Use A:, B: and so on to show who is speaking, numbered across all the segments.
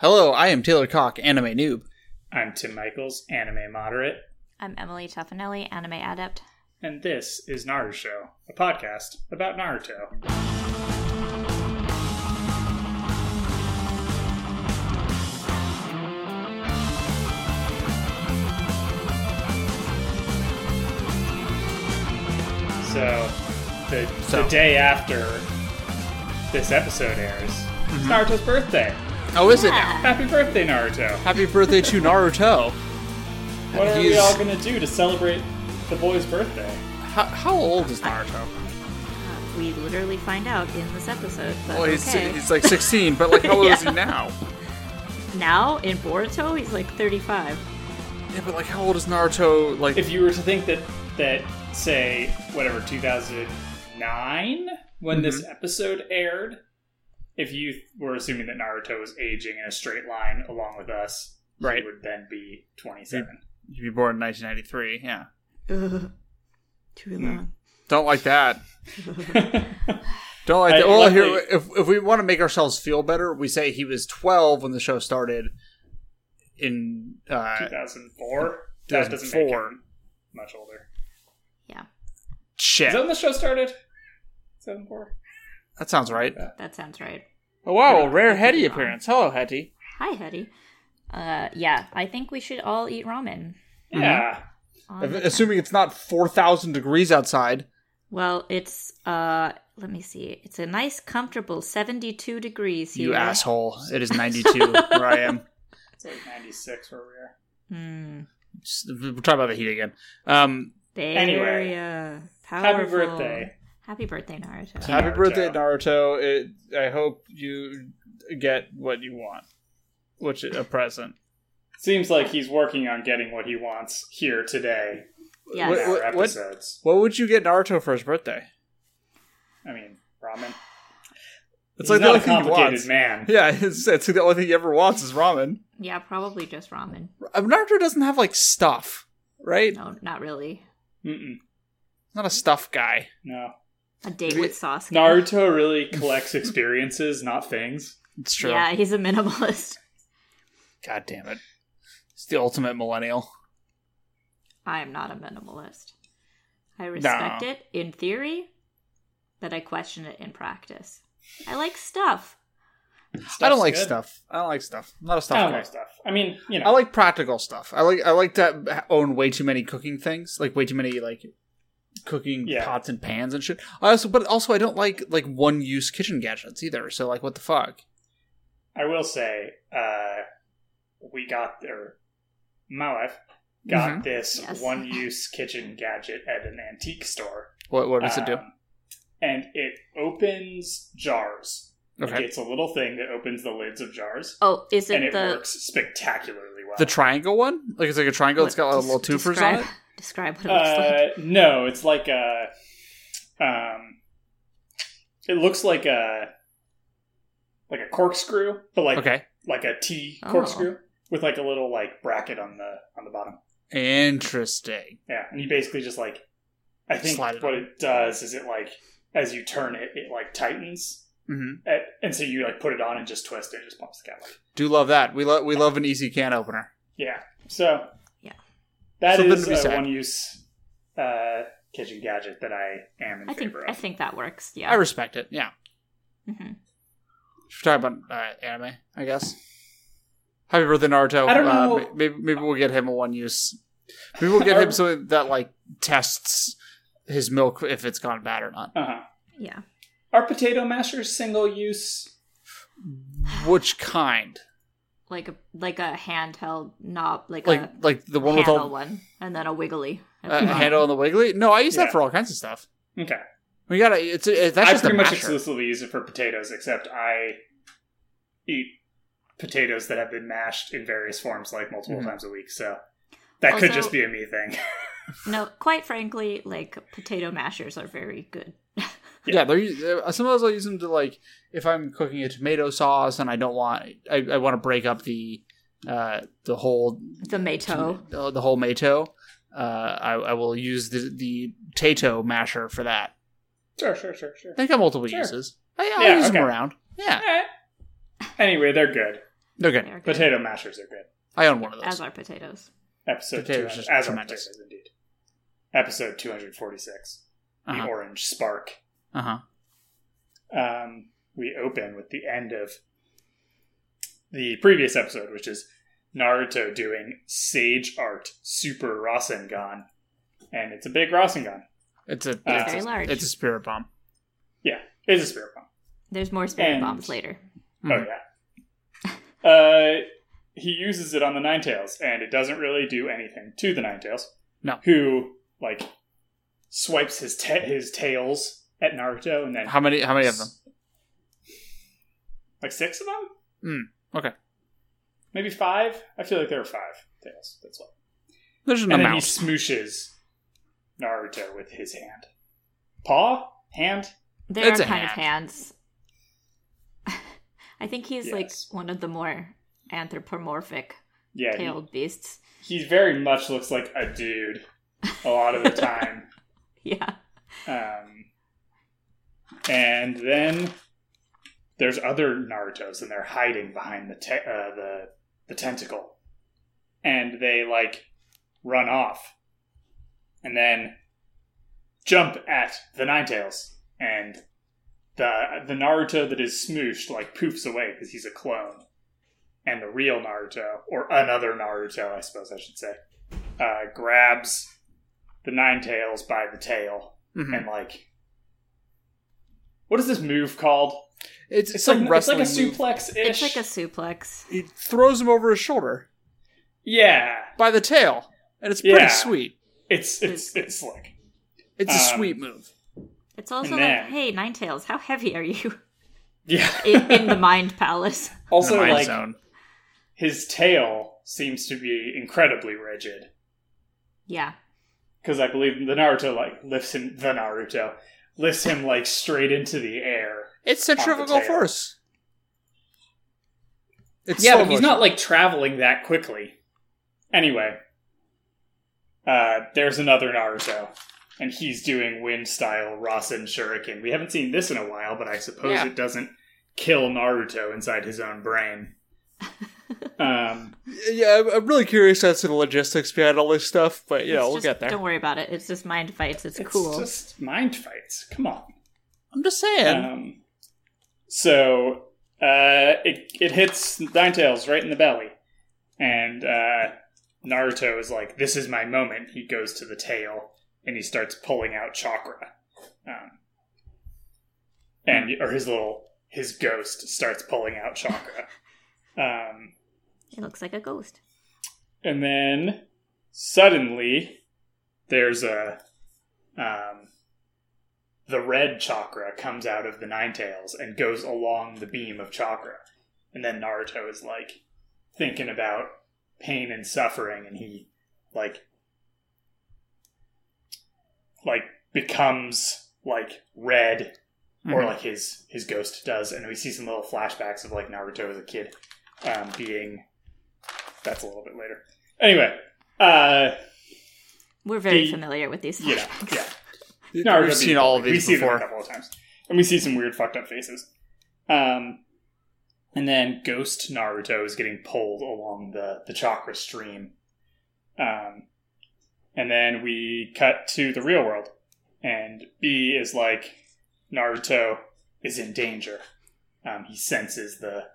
A: Hello, I am Taylor Cock, anime noob.
B: I'm Tim Michaels, anime moderate,
C: I'm Emily Tuffanelli, anime adept.
B: and this is Naruto Show, a podcast about Naruto. So, the,
A: So.
B: the day after this episode airs, it's
A: Mm-hmm.
B: Naruto's birthday.
A: Oh, is it?
C: Yeah.
B: Happy birthday, Naruto!
A: Happy birthday to Naruto.
B: What are we
A: He's-
B: all gonna do to celebrate the boy's birthday?
A: How, how old is Naruto?
C: Uh, We literally find out in this episode. But
A: Well, he's,
C: okay.
A: he's like 16, but like, how old is he
C: Yeah.
A: now?
C: now in Boruto, he's like 35.
A: Yeah, but like, how old is Naruto? Like,
B: If you were to think that that say whatever 2009 when this
A: Mm-hmm.
B: episode aired, if you were assuming that Naruto was aging in a straight line along with us,
A: Right. Mm.
B: he would then be 27.
A: you'd be born in 1993, yeah. Hmm.
C: Ugh. Too long.
A: Don't like that. Don't like
B: I-
A: that. Well, here,
B: luckily-
A: if, if we want to make ourselves feel better, we say he was 12 when the show started in uh,
B: 2004. That doesn't make
A: 2004.
B: him much older.
C: Yeah,
A: shit.
B: Is that when the show started? 2004.
A: That sounds right.
C: that sounds right.
A: Oh, Wow, rare Hetty
C: wrong.
A: appearance. Hello, Hetty.
C: Hi, Hetty. Uh, yeah, I think we should all eat ramen.
A: Mm-hmm.
B: Yeah.
C: on
A: If-
C: the-
A: Assuming it's not 4,000 degrees outside.
C: well, it's uh, let me see. It's a nice, comfortable 72 degrees here.
A: You asshole. It is 92 where I am.
B: It's like 96 where we
C: Hmm.
A: S- We're talking about the heat again. Um,
C: Bay
B: Anyway.
C: Area.
B: are. Happy
C: uh, Powerful.
B: birthday.
C: Happy birthday, Naruto.
B: To
A: happy
B: Naruto.
A: birthday, Naruto. It, I hope you get what you want, which is a present.
B: Seems like he's working on getting what he wants here today in
C: Yes.
A: What-
B: our
A: what- what-
B: episodes.
A: What would you get Naruto for his birthday?
B: I mean, ramen.
A: It's
B: He's
A: like the
B: not
A: only
B: a
A: thing he
B: complicated
A: wants.
B: man.
A: Yeah, it's, it's the only thing he ever wants is ramen.
C: Yeah, probably just ramen.
A: Uh, Naruto doesn't have like stuff, right?
C: No, not really.
B: Mm-mm,
A: Not a stuff guy.
B: no.
C: A date
A: We-
C: with Sasuke.
B: Naruto really collects experiences, not things.
A: It's true.
C: Yeah, he's a minimalist.
A: God damn it. It's the ultimate millennial.
C: I am not a minimalist. I respect it in theory, but I question it in practice. I like stuff.
A: I don't like
B: good. Oh,
A: stuff. I don't like stuff. I'm not a stuff
B: I
A: guy.
B: don't like stuff. I mean, you know,
A: I like practical stuff. I like I like to own way too many cooking things, like way too many like cooking
B: Yeah.
A: pots and pans and shit. I also, but also, I don't like like one use kitchen gadgets either. So like, what the fuck?
B: I will say, uh, we got there. My wife got
A: Mhm.
B: this
C: Yes.
B: one-use kitchen gadget at an antique store.
A: What what does it do?
B: Um, And it opens jars.
A: Okay,
B: It's a little thing that opens the lids of jars,
C: Oh, is
B: and
C: it
B: it
C: the
B: works spectacularly well.
A: the triangle one, like it's like a triangle. it's got
C: what-
A: like, little
C: des-
A: twofers
C: describe,
A: on it.
C: Describe what it looks like.
B: Uh, no, it's like a. Um, it looks like a like a corkscrew, but like
A: Okay,
B: like a T
C: Oh.
B: corkscrew with like a little like bracket on the on the bottom.
A: interesting.
B: Yeah, and you basically just like I think
A: Slide it
B: what
A: on.
B: it does is it like as you turn it, it like tightens,
A: hmm
B: and, and so you like put it on and just twist it, it just pumps the cat. Like,
A: Do love that. We love we love an easy can opener.
B: yeah, so
C: Yeah.
B: that
A: Something
B: is
A: to be said.
B: a one use uh, kitchen gadget that I am in
C: I think
B: favor of.
C: I think that works. Yeah.
A: I respect it. Yeah,
C: hmm
A: we're talking about uh, anime, I guess. Happy birthday, Naruto.
B: I don't
A: Uh,
B: know.
A: may- maybe, maybe we'll get him a one use. Maybe we'll get him something that like tests his milk if it's gone bad or not.
B: Uh-huh.
C: Yeah.
B: Are potato mashers single use?
A: Which kind?
C: Like a like a handheld knob, like,
A: Like
C: a
A: like the one with
C: handle
A: all
C: one, and then a wiggly. at
A: uh,
C: the bottom.
A: handle and the wiggly? No, I use that
B: Yeah.
A: for all kinds of stuff.
B: Okay.
A: We gotta. It's it, that's
B: I
A: just a
B: pretty much
A: masher.
B: exclusively use it for potatoes, except I eat potatoes that have been mashed in various forms, like multiple
A: Mhm.
B: times a week. So that could
C: Also-
B: just be a me thing.
C: No, quite frankly, like potato mashers are very good.
A: Yeah, they're, us- uh sometimes I'll use them to like if I'm cooking a tomato sauce and I don't want I, I want to break up the uh the whole
C: The Mato.
A: the, the whole mato. Uh, I, I will use the the tato masher for that.
B: sure, sure, sure, sure.
A: They got multiple
B: Sure.
A: uses. I, I'll
B: Yeah,
A: use them
B: okay.
A: around. Yeah.
B: Alright. Anyway, they're good.
A: They're
C: They
A: good.
C: are good,
B: Potato mashers are good.
A: I own one of
C: as
A: those.
C: are potatoes.
B: Episode
A: Potatoes
B: two,
A: is
B: as are
A: tremendous.
B: potatoes indeed. Episode two hundred forty six.
A: Uh
B: The orange spark.
A: huh.
B: um, we open with the end of the previous episode, which is Naruto doing Sage Art Super Rasengan, and it's a big Rasengan.
A: It's a
B: Uh,
A: it's,
C: very
A: a-
C: large.
A: it's a spirit bomb.
B: Yeah, it's a spirit bomb.
C: There's more spirit
B: And-
C: bombs later.
A: Mhm.
B: Oh yeah. Uh, he uses it on the Ninetales, and it doesn't really do anything to the Ninetales.
A: No.
B: Who like swipes his ta- his tails at Naruto, and then
A: How many? How many of them?
B: Like six of them?
A: Hmm, okay.
B: Maybe five? I feel like there were five tails. That's why.
A: There's an
B: and then he
A: amount.
B: smooshes Naruto with his hand. Paw? Hand?
C: There
A: It's
C: are
A: a
C: kind of
A: hand.
C: hands. I think he's like
B: Yes.
C: one of the more anthropomorphic
B: Yeah. He,
C: tailed beasts.
B: he very much looks like a dude a lot of the time.
C: Yeah.
B: um, and then there's other Naruto's and they're hiding behind the te- uh, the the tentacle. And they like run off. And then jump at the Ninetales and the the Naruto that is smooshed like poofs away because he's a clone. And the real Naruto, or another Naruto, I suppose I should say, uh, grabs the Ninetales by the tail
A: Mhm.
B: and like what is this move called?
A: It's,
B: It's,
A: some
B: like
A: wrestling
B: it's like a
A: move.
B: suplex
C: It's
B: ish.
C: like a suplex.
A: He throws him over his shoulder
B: yeah.
A: by the tail, and it's pretty
B: Yeah.
A: sweet.
B: It's it's it's slick.
A: It's a
B: Um,
A: sweet move.
C: It's also
B: And
C: like,
B: then-
C: hey, Ninetales, how heavy are you?
B: Yeah.
C: In, in the Mind Palace.
B: also
A: The mind
B: like
A: zone.
B: his tail seems to be incredibly rigid
C: Yeah.
B: because I believe the Naruto like lifts him the Naruto lifts him like straight into the air.
A: It's
B: the
A: centrifugal
B: tail.
A: force. It's
B: yeah,
A: slow
B: but he's
A: motion.
B: not like traveling that quickly. Anyway, uh, there's another Naruto, and he's doing wind style Rasen Shuriken. We haven't seen this in a while, but I suppose
A: Yeah.
B: it doesn't kill Naruto inside his own brain. um,
A: Yeah, I'm- I'm really curious as to the logistics behind all this stuff, but yeah,
C: It's
A: we'll
C: just-
A: get there.
C: Don't worry about it. It's just mind fights. It's,
B: it's
C: cool.
B: just mind fights. Come on.
A: I'm just saying.
B: Um, so uh, it it hits Ninetales right in the belly, and uh, Naruto is like, "This is my moment." He goes to the tail and he starts pulling out chakra, um, and or his little his ghost starts pulling out chakra. um,
C: It looks like a ghost.
B: and then suddenly there's a um, the red chakra comes out of the nine tails and goes along the beam of chakra. And then Naruto is like thinking about pain and suffering and he like like becomes like red or
A: Mhm.
B: like his his ghost does, and we see some little flashbacks of like Naruto as a kid um, being. That's a little bit later. Anyway, uh,
C: We're very
B: The-
C: familiar with these.
B: yeah,
C: flashbacks.
B: yeah.
A: We've
B: being
A: seen all of
B: bullied.
A: these
B: We've seen them a
A: before.
B: couple of times, and we see some weird fucked up faces. Um, and then Ghost Naruto is getting pulled along the the chakra stream. Um, and then we cut to the real world, and B is like, Naruto is in danger. Um, he senses the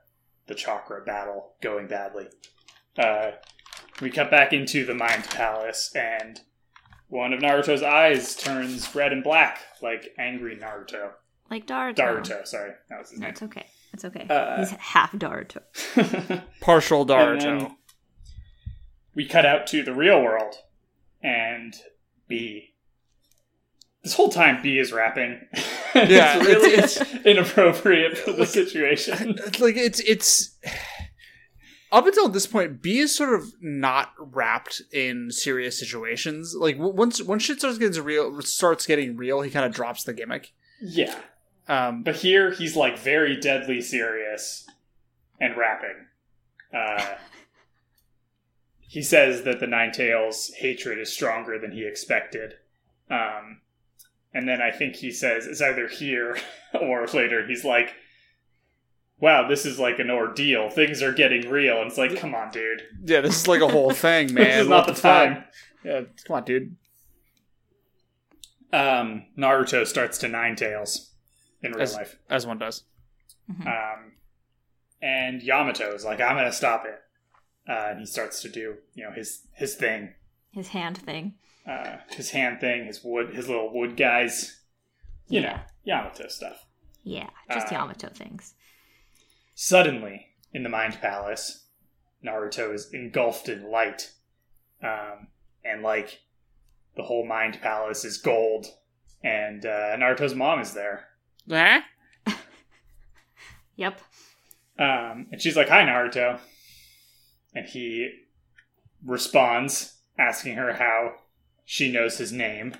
B: the chakra battle going badly. Uh, we cut back into the Mind Palace, and one of Naruto's eyes turns red and black, like angry Naruto.
C: Like Daruto.
B: Daruto, sorry, that was his
C: No,
B: name.
C: it's okay. It's okay.
B: Uh,
C: He's half Daruto.
A: Partial
B: And
A: Naruto.
B: then we cut out to the real world, and B. This whole time, B is rapping.
A: Yeah,
B: it's really
A: it's-
B: inappropriate for the situation.
A: It's like it's it's up until this point, B is sort of not wrapped in serious situations. Like w- once once shit starts getting real, starts getting real, he kind of drops the gimmick.
B: Yeah,
A: Um,
B: but here he's like very deadly serious and rapping. Uh, he says that the Ninetales' hatred is stronger than he expected. Um, and then I think he says it's either here or later. He's like, wow, this is like an ordeal. Things are getting real. And it's like, come on, dude.
A: Yeah, this is like a whole thing, man.
B: this is not
A: What
B: the time.
A: fuck? Yeah, come on, dude.
B: Um, Naruto starts to nine tails in real
A: As-
B: life.
A: As one does.
B: Um, and Yamato is like, I'm going to stop it. Uh, and he starts to do, you know, his his thing,
C: His hand thing.
B: uh, his hand thing, his wood, his little wood guys, you know, Yamato stuff.
C: Yeah, just
B: Uh,
C: Yamato things.
B: Suddenly, in the Mind Palace, Naruto is engulfed in light. Um, and, like, the whole Mind Palace is gold. And uh, Naruto's mom is there.
A: Huh?
C: Yep.
B: Um, and she's like, Hi, Naruto. And he responds, asking her how she knows his name.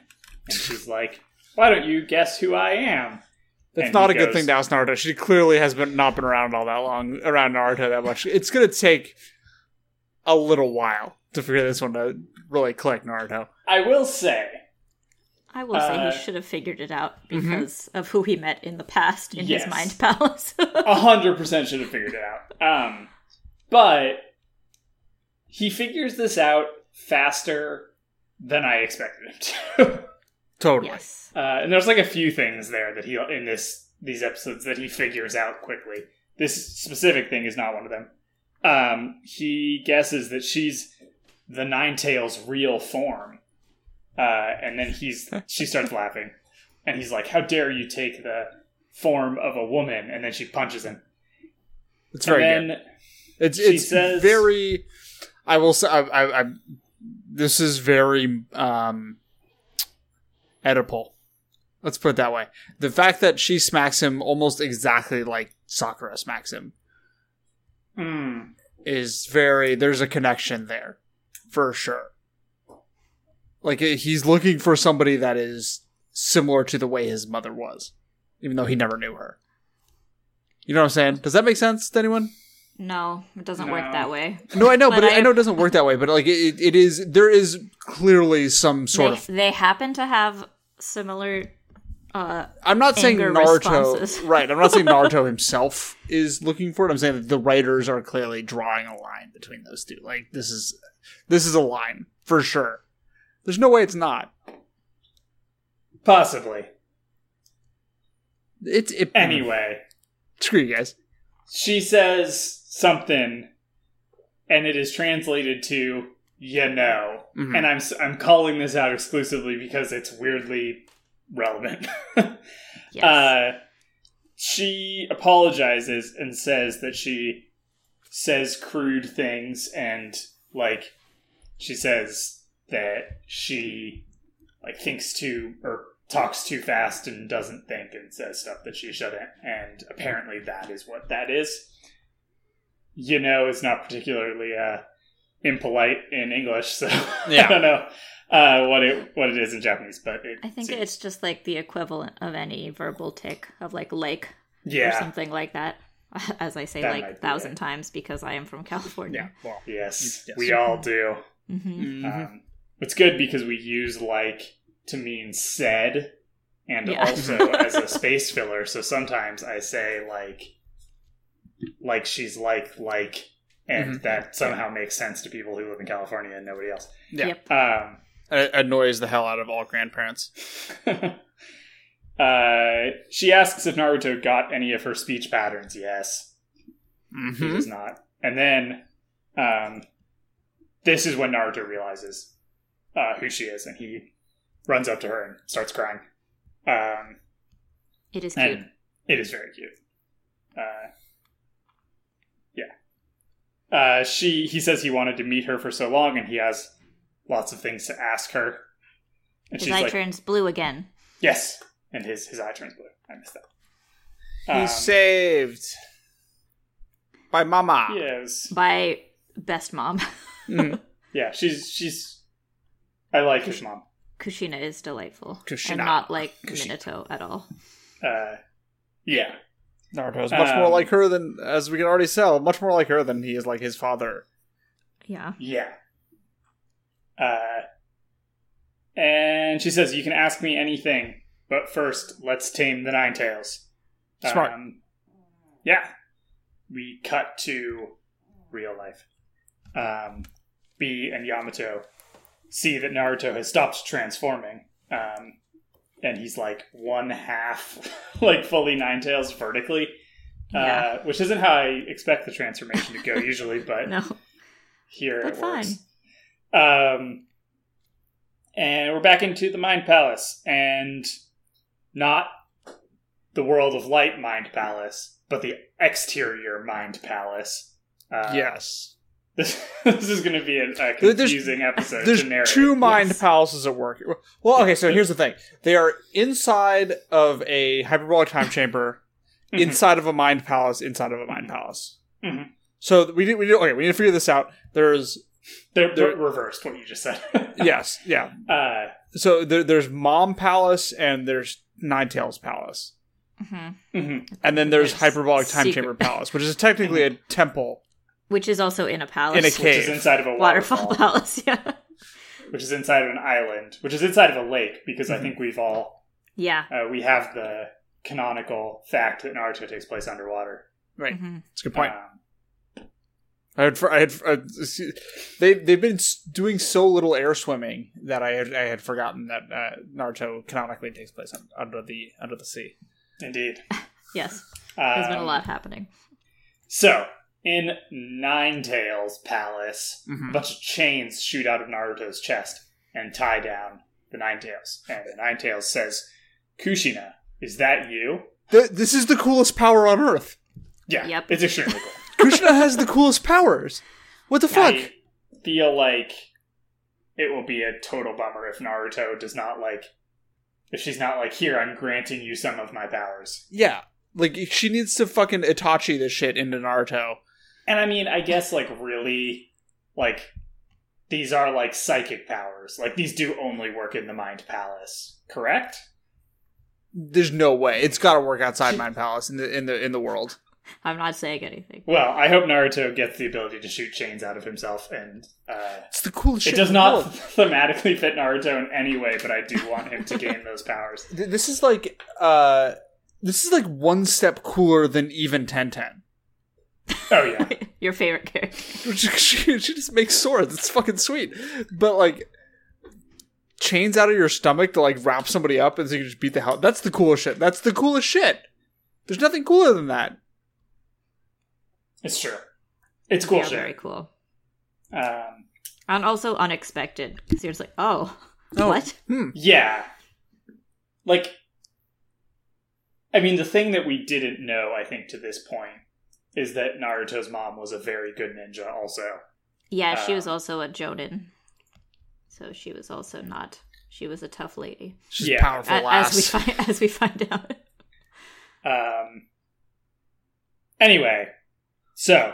B: And she's like, Why don't you guess who I am?
A: That's
B: And
A: not a
B: he
A: good
B: goes-
A: thing to ask Naruto. She clearly has been not been around all that long around Naruto that much. It's gonna take a little while to figure this one to really click Naruto.
B: I will say,
C: I will say
B: Uh, mm-hmm.
C: he should have figured it out
A: Mhm.
C: because of who he met in the past in
B: Yes.
C: his mind palace.
B: a hundred percent should have figured it out. Um, but he figures this out faster than I expected him to.
A: Totally.
C: yes.
B: Uh, and there's like a few things there that he in this these episodes that he figures out quickly. This specific thing is not one of them. Um, he guesses that she's the Nine Tails' real form, uh, and then he's she starts laughing, and he's like, "How dare you take the form of a woman?" And then she punches him.
A: It's very
B: and
A: good.
B: then
A: It's
B: she
A: it's
B: says-
A: very. I will say. I, I, I, this is very um, Oedipal. Let's put it that way. The fact that she smacks him almost exactly like Sakura smacks him
B: Mm,
A: is very. There's a connection there, for sure. Like eh, he's looking for somebody that is similar to the way his mother was, even though he never knew her. You know what I'm saying? Does that make sense to anyone?
C: No, it doesn't work
B: No.
C: that way.
A: No, I know, but,
C: But
A: I,
C: I-
A: know it doesn't work that way. But like, it, it is there is clearly some sort
C: They,
A: of.
C: they happen to have similar. Uh,
A: I'm not saying
C: anger
A: Naruto,
C: responses.
A: right? I'm not saying Naruto himself is looking for it. I'm saying that the writers are clearly drawing a line between those two. Like this is this is a line for sure. There's no way it's not.
B: possibly.
A: It's it,
B: Anyway,
A: Screw you guys.
B: she says something, and it is translated to "you know."
A: Mhm.
B: and I'm s- I'm calling this out exclusively because it's weirdly relevant.
C: yes.
B: uh, she apologizes and says that she says crude things and like she says that she like thinks too or talks too fast and doesn't think and says stuff that she shouldn't and apparently that is what that is you know is not particularly uh impolite in english so
A: Yeah.
B: i don't know uh what it what it is in japanese but it
C: I think
B: seems-
C: it's just like the equivalent of any verbal tick of like lake or
B: yeah
C: something like that. As I say
B: That
C: like
B: might
C: a
B: be
C: thousand
B: it.
C: times because I am from California.
A: Well. uh,
B: Yes,
A: Yes.
B: we all do.
C: hmm
A: Mm-hmm.
B: Um, it's good because we use like to mean said and
C: Yeah.
B: also as a space filler. So sometimes I say like, like she's like, like, and that somehow makes sense to people who live in California and nobody else.
A: Yeah.
C: Yep.
B: Um,
A: It annoys the hell out of all grandparents.
B: uh, she asks if Naruto got any of her speech patterns. Yes. He
C: Hmm?
A: Mm-hmm.
B: does not. And then, um, this is when Naruto realizes uh, who she is, and he runs up to her and starts crying. Um,
C: It is cute.
B: and it is very cute. Uh, yeah. Uh, she he says he wanted to meet her for so long, and he has lots of things to ask her. And
C: His
B: she's
C: eye
B: like,
C: turns blue again.
B: "Yes," and his his eye turns blue. I missed that. Um,
A: He's saved by Mama.
B: yes.
C: By best mom.
A: Mhm.
B: Yeah, she's she's. I like his mom.
C: Kushina is delightful.
A: Kushina.
C: And not like
A: Kushina.
C: Minato at all.
B: Uh, yeah,
A: Naruto is much more
B: Um,
A: like her than, as we can already sell, much more like her than he is like his father.
C: Yeah.
B: yeah. Uh, and she says, "You can ask me anything, but first, let's tame the Nine Tails."
A: Smart.
B: Um, yeah, we cut to real life. Um, B and Yamato see that Naruto has stopped transforming, um, and he's like one half, like fully nine tails vertically,
C: Yeah.
B: uh, which isn't how I expect the transformation to go usually, but
C: No.
B: here
C: But
B: it works. Um, and we're back into the Mind Palace, and not the world of light Mind Palace, but the exterior Mind Palace. Uh,
A: yes.
B: this, this is going to be a, a
A: There- there's-
B: confusing episode.
A: There's
B: to narrate.
A: two mind
C: Yes.
A: palaces at work. Well, okay, so here's the thing. They are inside of a hyperbolic time chamber,
B: Mhm.
C: Mm-hmm.
A: inside of a mind palace, inside of a mind palace.
B: Mhm.
A: So we need, we need, okay, we need to figure this out. There's
B: They're,
A: They're-
B: they're reversed what you just said.
A: yes, yeah.
B: uh,
A: So there, there's Mom Palace and there's Nine Tails Palace.
C: Mhm.
B: mhm.
A: And then there's
C: There's
A: Hyperbolic Time
C: secret- Mm-hmm.
A: Chamber Palace, which is technically a temple.
C: Which is also in a palace.
A: In a
B: Which
A: cave.
B: is inside of a waterfall,
C: Waterfall palace, yeah.
B: which is inside of an island, which is inside of a lake, because
A: Mhm.
B: I think we've all
C: Yeah.
B: uh, we have the canonical fact that Naruto takes place underwater.
A: Right.
C: Mhm.
A: That's a good point.
B: Um,
A: I had, for- I had, uh, they they've been s- doing so little air swimming that I had, I had forgotten that uh, Naruto canonically takes place un- under the under the sea.
B: Indeed.
C: Yes.
B: Um,
C: There's been a lot happening.
B: So, in Ninetales Palace,
A: Mm-hmm.
B: a bunch of chains shoot out of Naruto's chest and tie down the Ninetales. And the Ninetales says, Kushina, is that you?
A: Th- this is the coolest power on Earth.
B: Yeah.
C: Yep.
B: It's extremely cool.
A: Krishna has the coolest powers. What the fuck?
B: I feel like it will be a total bummer if Naruto does not like. If she's not like, here, I'm granting you some of my powers.
A: Yeah, like she needs to fucking Itachi this shit into Naruto.
B: And I mean, I guess like really, like these are like psychic powers. Like these do only work in the Mind Palace, correct?
A: There's no way it's got to work outside Mind Palace in the in the in the world.
C: I'm not saying anything.
B: Well, I hope Naruto gets the ability to shoot chains out of himself, and uh,
A: It's the coolest. shit
B: it does
A: in the
C: Oh.
B: not
A: world.
B: thematically fit Naruto in any way. But I do want him to gain those powers.
A: Th- This is like uh, this is like one step cooler than even Ten Ten.
B: Oh yeah,
C: Your favorite character.
A: she, she just makes swords. It's fucking sweet. But like chains out of your stomach to like wrap somebody up and so you can just beat the hell. That's the coolest shit. That's the coolest shit. There's nothing cooler than that.
B: it's true. It's cool
C: yeah, very
B: shit.
C: cool.
B: Um,
C: And also unexpected. Because you're just like, oh,
A: Oh.
C: what?
A: Hmm.
B: yeah, like I mean, the thing that we didn't know, I think, to this point, is that Naruto's mom was a very good ninja. Also,
C: Yeah, she
B: Uh,
C: was also a Jonin. So she was also not. She was a tough lady.
A: She's
B: Yeah.
A: a powerful
C: A-
A: ass.
C: as we find as we find out.
B: Um, anyway, so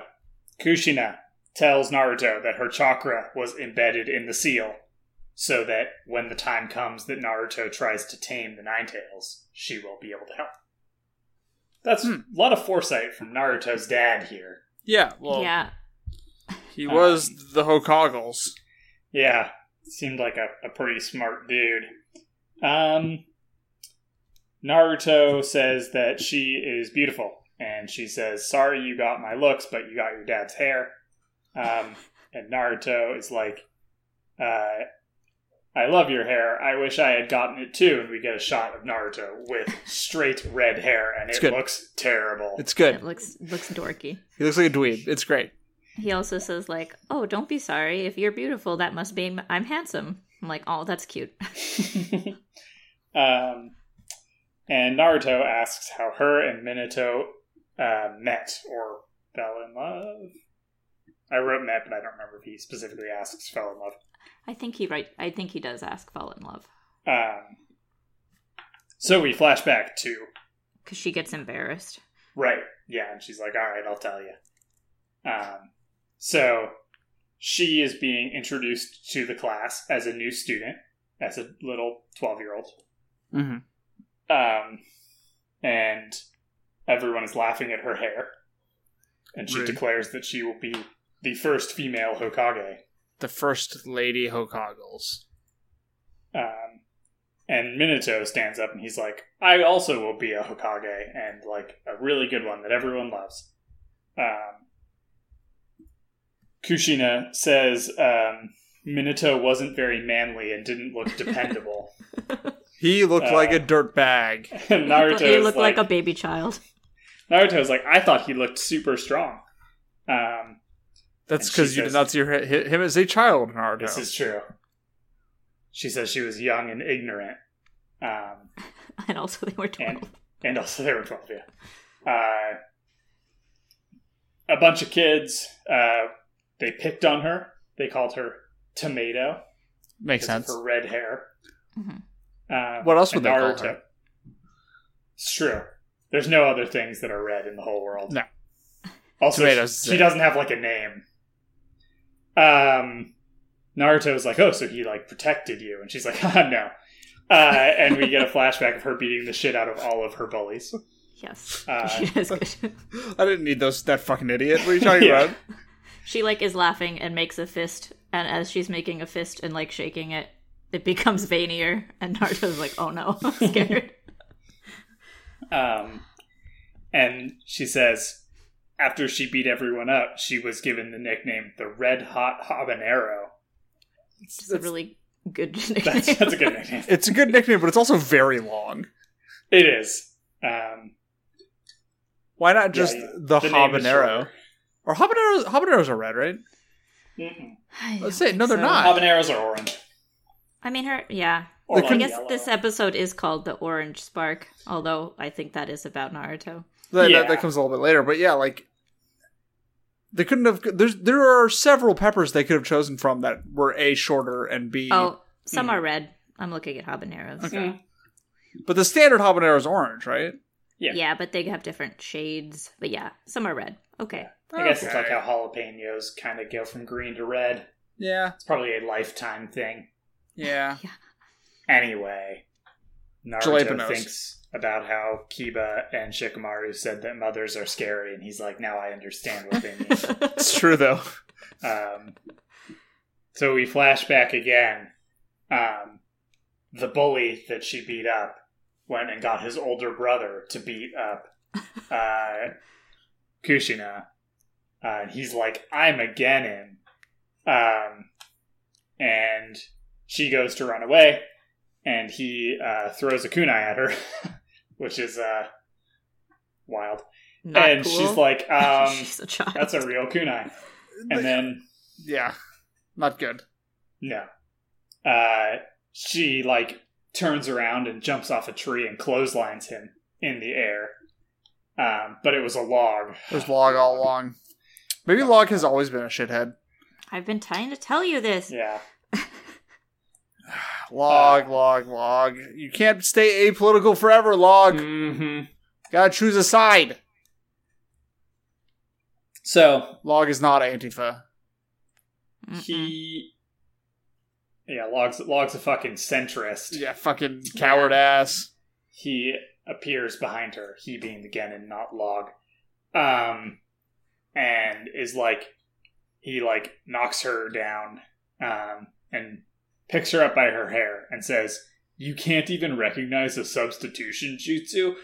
B: Kushina tells Naruto that her chakra was embedded in the seal, so that when the time comes that Naruto tries to tame the Ninetales, she will be able to help. That's
A: Hmm.
B: a lot of foresight from Naruto's dad here.
A: yeah. Well,
C: yeah.
A: he
B: um,
A: was the Hokagols.
B: Yeah, seemed like a, a pretty smart dude. Um, Naruto says that she is beautiful, and she says, "Sorry, you got my looks, but you got your dad's hair." Um, and Naruto is like, uh, "I love your hair. I wish I had gotten it too." And we get a shot of Naruto with straight red hair, and
A: It's
B: it
A: good.
B: looks terrible.
A: It's good.
C: It looks looks dorky.
A: He looks like a dweeb. It's great.
C: He also says like, "Oh, don't be sorry. If you're beautiful, that must mean I'm handsome." I'm like, "Oh, that's cute."
B: um, and Naruto asks how her and Minato uh, met or fell in love. I wrote met, but I don't remember if he specifically asks fell in love.
C: I think he right. I think he does ask fall in love
B: Um, so we flash back to
C: because she gets embarrassed.
B: right, yeah, and she's like, "All right, I'll tell you." Um, so she is being introduced to the class as a new student, as a little twelve-year-old.
A: Mm-hmm.
B: um, and everyone is laughing at her hair. And she
A: Rude.
B: declares that she will be the first female Hokage.
A: The first lady Hokagols.
B: Um, and Minato stands up and he's like, "I also will be a Hokage and like a really good one that everyone loves." Um, Kushina says um, Minato wasn't very manly and didn't look dependable.
A: He looked
B: Uh,
A: like a dirt bag.
B: and
C: He
B: Naruto
C: thought you
B: is
C: look
B: like,
C: like, a baby child.
B: Naruto's like, I thought he looked super strong. Um,
A: That's because
B: and she
A: you did
B: says-
A: not see her, hi- him as a child, Naruto.
B: This is true. She says she was young and ignorant. Um,
C: And also, they were 12.
B: and and also they were 12, yeah. Uh, a bunch of kids, uh, they picked on her. They called her Tomato.
A: Makes
B: because of
A: sense.
B: Her red hair.
C: Mhm.
B: Uh,
A: What else would
B: and
A: they call
B: Naruto-
A: her?
B: It's true. There's no other things that are red in the whole world.
A: No.
B: Also,
A: Tomatoes
B: she,
A: is
B: she
A: it.
B: doesn't have like a name. Um, Naruto's like, oh, so he like protected you, and she's like, ah, no. Uh, and we get a flashback of her beating the shit out of all of her bullies.
C: Yes.
B: Uh,
C: she is good.
A: I didn't need those. That fucking idiot. What are you talking
B: Yeah.
A: about?
C: she, like, is laughing and makes a fist. And as she's making a fist and, like, shaking it, it becomes veinier. And Naruto's like, oh no, I'm scared.
B: Um, and she says, after she beat everyone up, she was given the nickname the Red Hot Habanero.
C: It's a really good nickname.
B: That's, that's a good nickname.
A: It's a good nickname, but it's also very long.
B: It is. Um,
A: Why not just
B: yeah.
A: the,
B: the name is
A: habanero?
B: shorter.
A: Or habaneros? Habaneros are red, right?
B: Mm-mm.
C: I
A: Let's
C: don't
A: say- no,
C: think
A: they're not.
B: Mm-hmm. Habaneros are orange.
C: I mean, her, yeah.
B: Or
A: They
B: like
C: I guess
B: yellow.
C: this episode is called The Orange Spark, although I think that is about Naruto.
A: That, that,
B: Yeah.
A: that comes a little bit later, but yeah, like they couldn't have. There's there are several peppers they could have chosen from that were a shorter and b.
C: Oh, some are red. I'm looking at habaneros.
A: Okay.
B: Mm.
A: But the standard habanero is orange, right?
B: Yeah.
C: Yeah. but they have different shades. But yeah, some are red. Okay.
B: I guess it's like
A: Okay.
B: how jalapenos kind of go from green to red.
A: yeah,
B: It's probably a lifetime thing.
A: yeah.
B: Anyway, Naruto
A: Jalapenos.
B: thinks about how Kiba and Shikamaru said that mothers are scary, and he's like, now I understand what they mean.
A: It's true though.
B: Um, so we flash back again. Um, the bully that she beat up went and got his older brother to beat up uh, Kushina. Uh, and he's like, I'm a Genin. Um, and she goes to run away, and he uh, throws a kunai at her, which is uh, wild.
C: Not
B: and
C: cool.
B: she's like, um,
C: she's a child.
B: That's a real kunai. And then
A: yeah, not good.
B: No. Uh, she like turns around and jumps off a tree and clotheslines him in the air. Um, but it was a log.
A: There's log all along. Maybe log has always been a shithead.
C: I've been trying to tell you this.
B: Yeah.
A: Log, log, log. You can't stay apolitical forever. Log.
B: Mm-hmm.
A: Gotta choose a side.
B: So
A: Log is not Antifa.
C: Mm-mm.
B: he, yeah, logs logs a fucking centrist.
A: Yeah, fucking coward ass.
B: He appears behind her. He being the Genin, not log. Um, and is like he like knocks her down um, and picks her up by her hair and says, "You can't even recognize a substitution jutsu,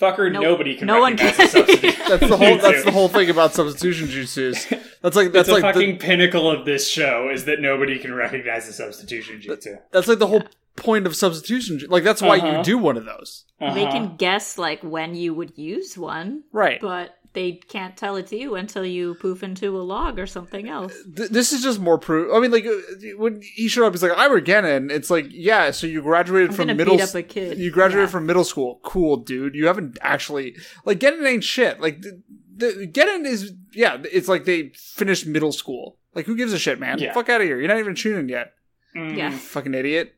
B: fucker.
C: Nope.
B: Nobody can.
C: No one
B: recognize
C: can."
B: A substitution
A: That's the whole. That's the
B: jutsu.
A: whole thing about substitution jutsus. That's like that's
B: it's
A: like
B: a
A: the,
B: fucking pinnacle of this show is that nobody can recognize a substitution jutsu.
A: that's like the whole point of substitution. ju- Like that's why
B: Uh-huh.
A: you do one of those,
C: They
B: Uh-huh.
C: can guess like when you would use one,
A: right?
C: but they can't tell it to you until you poof into a log or something else.
A: Th- this is just more proof. I mean, like uh, when he showed up, he's like, "I'm a Genin." It's like, yeah, so you graduated
C: I'm
A: from
C: gonna
A: middle.
C: beat up
A: s-
C: a kid.
A: You graduated
C: Yeah.
A: from middle school. Cool, dude. You haven't actually like Genin ain't shit. Like the, the Genin is yeah. It's like they finished middle school. Like who gives a shit, man?
B: Yeah.
A: Fuck out of here. You're not even shooting yet.
B: Mm.
C: Yeah.
A: Fucking idiot,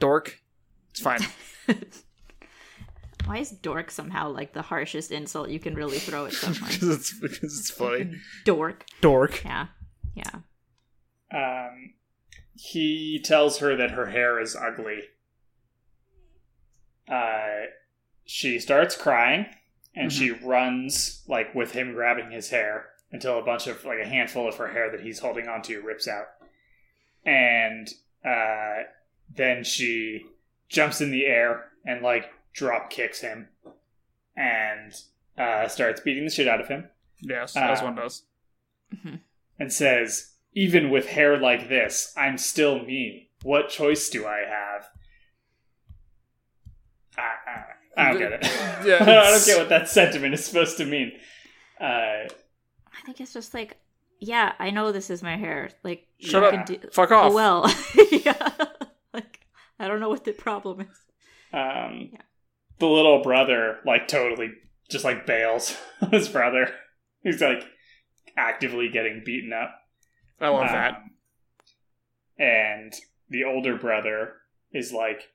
A: dork. It's fine.
C: Why is dork somehow like the harshest insult you can really throw at someone?
A: because it's because it's funny.
C: dork.
A: Dork.
C: Yeah. Yeah.
B: Um, he tells her that her hair is ugly. Uh, she starts crying, and she runs like with him grabbing his hair until a bunch of like a handful of her hair that he's holding onto rips out, and uh, then she jumps in the air and like drop kicks him, and uh, starts beating the shit out of him.
A: Yes, as
B: Uh,
A: one does.
B: and says, Even with hair like this, I'm still me. What choice do I have? I, I, I don't get it.
A: Yeah,
B: I, don't, I don't
A: it's-
B: get what that sentiment is supposed to mean. Uh,
C: I think it's just like, yeah, I know this is my hair. Like,
A: Shut
C: you
A: up.
C: can do-
A: Fuck off.
C: Oh, well, yeah. Like, I don't know what the problem is.
B: um,
C: Yeah.
B: The little brother, like, totally just like bails on his brother. He's like actively getting beaten up.
A: I love that.
B: Um, And the older brother is like,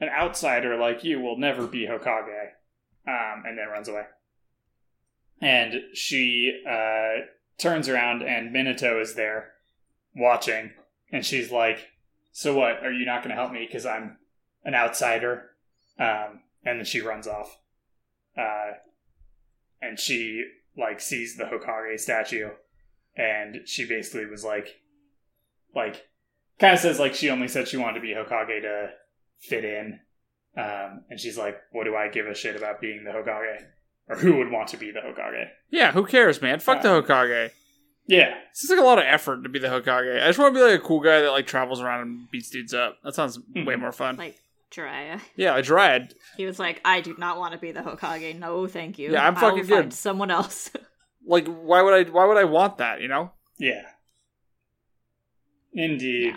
B: an outsider like you will never be Hokage, um, and then runs away. And she uh, turns around, and Minato is there watching, and she's like, "So what? Are you not going to help me because I'm an outsider?" Um, and then she runs off. Uh, and she like sees the Hokage statue, and she basically was like, like, kind of says like she only said she wanted to be Hokage to fit in. Um, and she's like, "What do I give a shit about being the Hokage, or who would want to be the Hokage?"
A: Yeah, who cares, man? Fuck the
B: Uh,
A: Hokage.
B: Yeah,
A: Seems like a lot of effort to be the Hokage. I just want to be like a cool guy that like travels around and beats dudes up. That sounds way
B: Mhm.
A: more fun.
C: Like, Jiraiya.
A: yeah, like Dryad.
C: He was like, I do not want to be the Hokage. No, thank you.
A: Yeah, I'm
C: I
A: fucking
C: will find
A: good."
C: someone else.
A: Like, why would I? Why would I want that? You know?
B: yeah, indeed.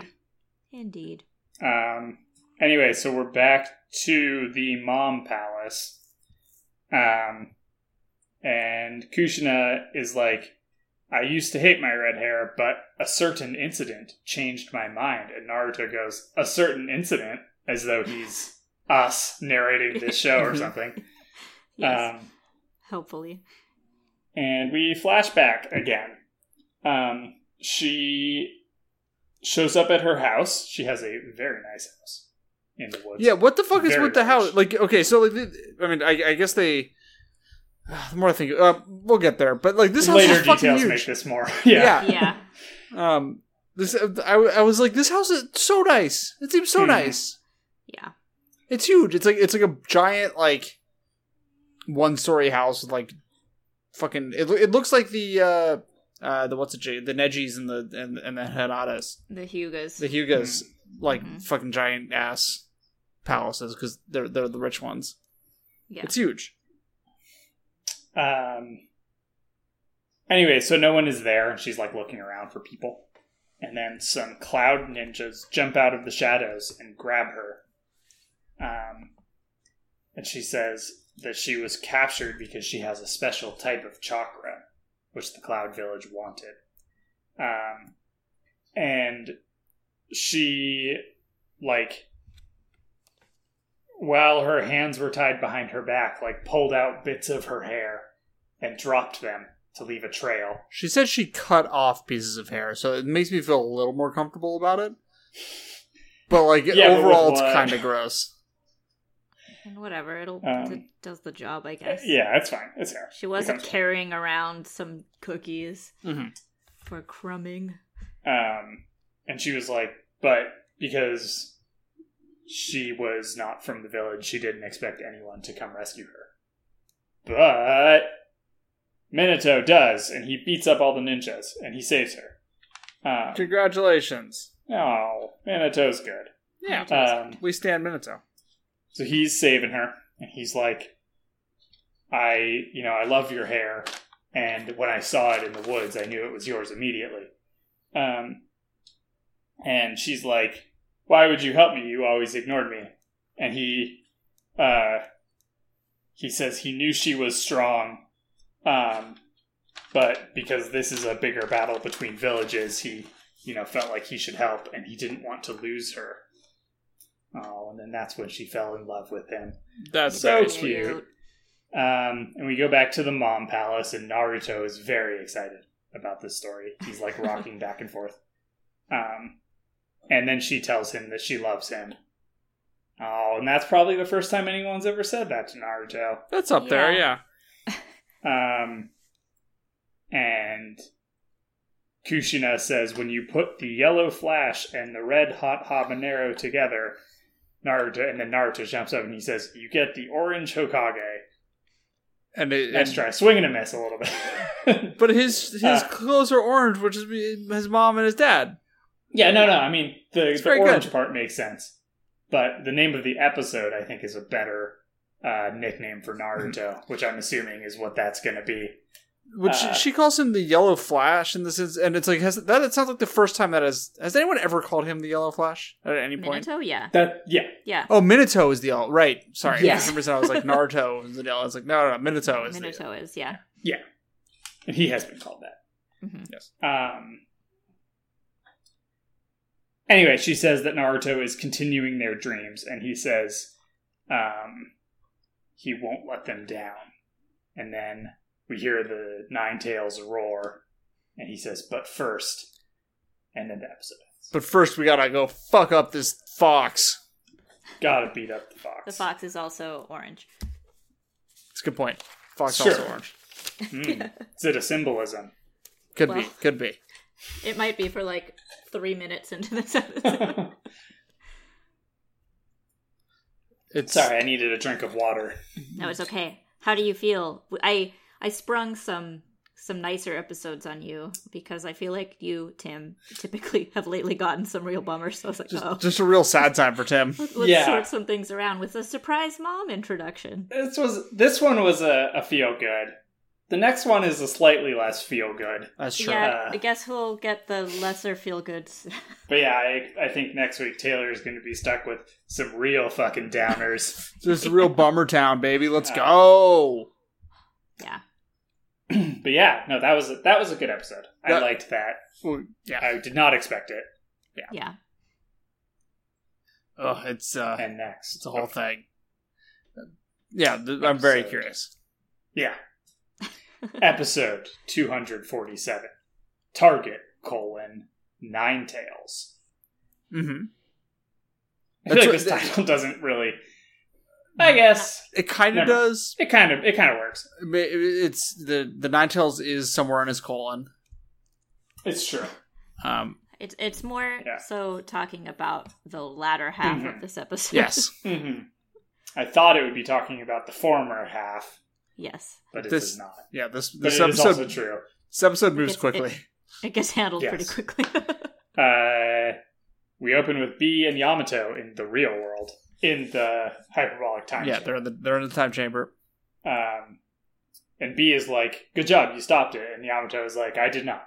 C: Indeed.
B: Um, anyway, so we're back to the mom palace, um, and Kushina is like, "I used to hate my red hair, but a certain incident changed my mind." And Naruto goes, "A certain incident," as though he's us narrating this show or something.
A: Uh,
C: Yes,
B: Um,
C: hopefully.
B: and we flash back again. Um, she shows up at her house. She has a very nice house in the woods.
A: Yeah. What the fuck is
B: Very
A: with the
B: much.
A: house? Like, okay, so like, th- I mean, I, I guess they. The more I think, uh, we'll get there. But like, this house
B: Later
A: is fucking
B: details
A: huge.
B: make this more.
A: uh,
B: yeah.
C: Yeah.
A: Um, this I, I was like, this house is so nice. It seems so
B: Mhm.
A: nice.
C: Yeah.
A: It's huge. It's like it's like a giant like one story house with like fucking. It, lo- it looks like the uh uh the what's it J- the Nejis and the and, and the Hanadas
C: The Hugas.
A: the Hugas
B: Hmm.
A: like
C: Mhm.
A: fucking giant ass palaces because they're they're the rich ones.
C: Yeah.
A: It's huge.
B: Um. Anyway, so no one is there, and she's like looking around for people, and then some cloud ninjas jump out of the shadows and grab her. Um, and she says that she was captured because she has a special type of chakra, which the Cloud Village wanted. Um, and she like while her hands were tied behind her back, like pulled out bits of her hair and dropped them to leave a trail.
A: She said she cut off pieces of hair, so it makes me feel a little more comfortable about it. But like
B: Yeah, but with
A: overall, it's
B: what?
A: kind of gross.
C: and whatever. It'll
B: Um,
C: it does the job, I guess.
B: Yeah, it's fine. It's hair.
C: She wasn't
B: Okay.
C: carrying around some cookies
A: Mhm.
C: for crumbing.
B: Um, and she was like, but because she was not from the village, she didn't expect anyone to come rescue her. But Minato does, and he beats up all the ninjas, and he saves her. Um,
A: Congratulations.
B: oh, Minato's good.
A: Yeah.
B: Um,
A: We stand Minato.
B: So he's saving her, and he's like, I, you know, I love your hair, and when I saw it in the woods, I knew it was yours immediately. Um, and she's like, Why would you help me? You always ignored me. And he, uh, he says he knew she was strong, um, but because this is a bigger battle between villages, he, you know, felt like he should help, and he didn't want to lose her. Oh, and then that's when she fell in love with him.
A: That's
B: So
A: right.
B: cute. Um, and we go back to the mom palace, and Naruto is very excited about this story. He's like rocking back and forth. Um, and then she tells him that she loves him. Oh, and that's probably the first time anyone's ever said that to Naruto.
A: That's up there.
C: Yeah.
A: Yeah.
B: Um, and Kushina says, when you put the yellow flash and the red hot habanero together, Naruto, and then Naruto jumps up and he says, you get the orange Hokage.
A: and it,
B: Nice
A: and-
B: try. Swing and a miss a little bit.
A: But his his
B: Uh.
A: clothes are orange, which is his mom and his dad.
B: yeah, no, no. I mean, the,
A: It's
B: the
A: very
B: orange
A: good.
B: part makes sense. But the name of the episode, I think, is a better uh, nickname for Naruto,
A: Mm-hmm.
B: which I'm assuming is what that's going to be.
A: Which
B: Uh.
A: she calls him the Yellow Flash in this, is, and it's like has that. It sounds like the first time that has has anyone ever called him the Yellow Flash at any point.
C: Minato? Yeah.
B: That yeah,
C: Yeah.
A: Oh, Minato is the yellow. Right, sorry.
B: Yes.
A: For some reason I was like Naruto is the yellow. I was like, no, no, no Minato is the
C: Minato is, yeah.
B: and he has been called that.
C: hmm
A: Yes.
B: Um, anyway, she says that Naruto is continuing their dreams, and he says um, he won't let them down. And then we hear the Nine Tails roar, and he says, "But first, and then the episode ends.
A: But first we gotta go fuck up this fox.
B: Gotta beat up the fox.
C: The fox is also orange.
A: It's a good point. Fox
B: Sure.
A: also orange.
B: Hmm. Is it a symbolism?
A: Could be.
C: Well.
A: Could be.
C: It might be for like three minutes into this episode.
B: Sorry,
A: It's
B: I needed a drink of water.
C: no, it's okay. How do you feel? I I sprung some some nicer episodes on you because I feel like you, Tim, typically have lately gotten some real bummers. So I was like,
A: just,
C: oh,
A: just a real sad time for Tim.
C: let- let's
B: Yeah.
C: sort some things around with a surprise mom introduction.
B: This was this one was a, a feel good. The next one is a slightly less feel good.
A: That's true.
C: Yeah, I guess we'll get the lesser feel goods.
B: But yeah, I, I think next week Taylor is going to be stuck with some real fucking downers.
A: This is a real bummer town, baby. Let's
B: Uh.
A: go.
C: yeah.
B: but yeah, no, that was a, that was a good episode. I
A: That-
B: liked that.
A: Well, yeah.
B: I did not expect it.
C: Yeah.
A: Oh, it's uh
B: And next,
A: it's a whole thing. Yeah, th- I'm very
B: Episode.
A: curious.
B: yeah, episode two hundred forty seven, target colon nine tails.
A: Mm-hmm. That's
B: I feel
A: Mm-hmm.
B: like
A: what-
B: this title doesn't really. I guess
A: It kind
B: Never.
A: of does.
B: it kind of it kind of works.
A: but it- It's the the Ninetales is somewhere in his colon.
B: It's true.
A: Um,
C: It's it's more
B: Yeah.
C: so talking about the latter half
B: Mhm.
C: of this
A: Mm-hmm.
C: episode.
A: yes,
B: hmm I thought it would be talking about the former half,
C: yes.
B: but it
A: This-
B: does not.
A: yeah. This
B: But
A: this
B: it is also
A: episode
B: true.
A: this episode moves
C: It's- it-
A: quickly.
C: It gets handled
B: Yes.
C: pretty quickly. Mm-hmm.
B: Uh, we open with B and Yamato in the real world, in the hyperbolic time.
A: yeah,
B: chamber.
A: they're in the they're in the time chamber.
B: Um, and B is like, "Good job, you stopped it." And Yamato is like, "I did not."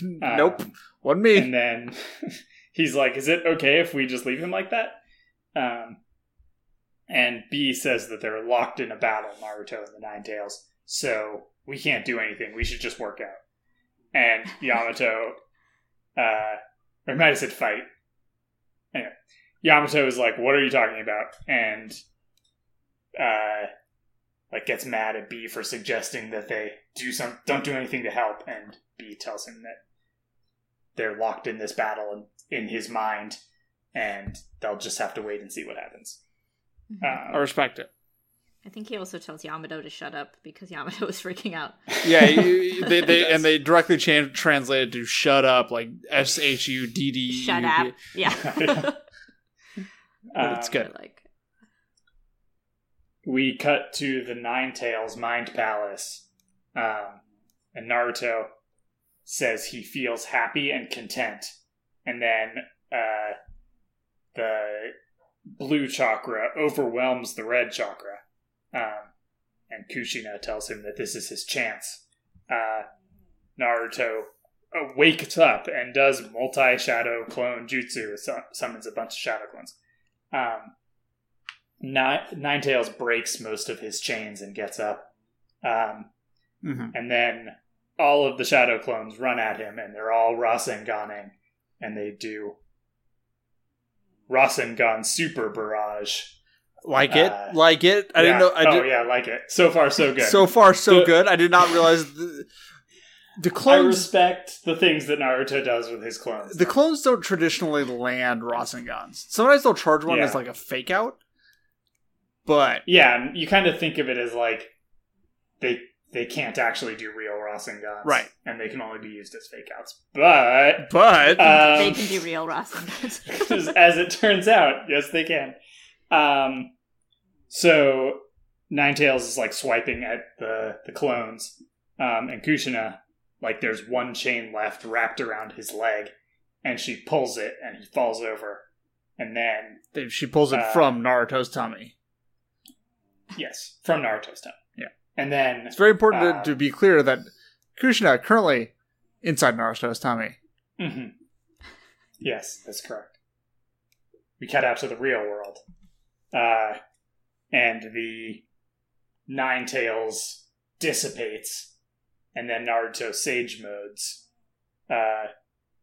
B: Um,
A: nope, one me.
B: And then he's like, "Is it okay if we just leave him like that?" Um, and B says that they're locked in a battle, Naruto and the Nine Tails, so we can't do anything. We should just work out. And Yamato, uh, or I might have said fight. Anyway, Yamato is like, "What are you talking about?" And uh, like gets mad at B for suggesting that they do some don't do anything to help, and B tells him that they're locked in this battle in, in his mind, and they'll just have to wait and see what happens.
A: I
B: Uh,
A: respect it.
C: I think he also tells Yamato to shut up because Yamato is freaking out.
A: Yeah, you- they,
B: He
A: they
B: does.
A: and they directly chan- translated to "shut up" like S H U D D.
C: Shut up. Yeah.
A: But it's
B: um,
A: good.
C: like
B: We cut to the Nine Tails Mind Palace, um, and Naruto says he feels happy and content, and then uh, the blue chakra overwhelms the red chakra, um, and Kushina tells him that this is his chance. Uh, Naruto uh, wakes up and does multi shadow clone jutsu, su- summons a bunch of shadow clones. Um, Nine Ninetales breaks most of his chains and gets up. Um,
A: Mhm.
B: and then all of the shadow clones run at him and they're all Rasenganing and they do Rasengan super barrage.
A: Like it,
B: Uh,
A: like it. I didn't
B: Yeah.
A: know. I
B: oh
A: did,
B: yeah, like it. So far so good.
A: So far, so
B: The-
A: good. I did not realize the, the
B: I
A: clones.
B: respect the things that Naruto does with his clones.
A: the clones don't traditionally land Rasengan's. Sometimes they'll charge one as
B: Yeah.
A: like a fake out, but
B: yeah, and you kind of think of it as like they they can't actually do real Rasengans,
A: Right.
B: And they can only be used as fake outs. But
A: but
B: um,
C: they can do real Ross.
B: as it turns out, yes, they can. Um, so Ninetales is like swiping at the the clones, um, and Kushina, like there's one chain left wrapped around his leg, and she pulls it, and he falls over, and then
A: They- She pulls it
B: Uh,
A: from Naruto's tummy.
B: yes, from Naruto's tongue.
A: Yeah.
B: and then
A: It's very important
B: uh,
A: to, to be clear that Kushina currently inside Naruto's tummy.
B: hmm Yes, that's correct. We cut out to the real world. Uh, and the Nine Tails dissipates, and then Naruto Sage modes. Uh,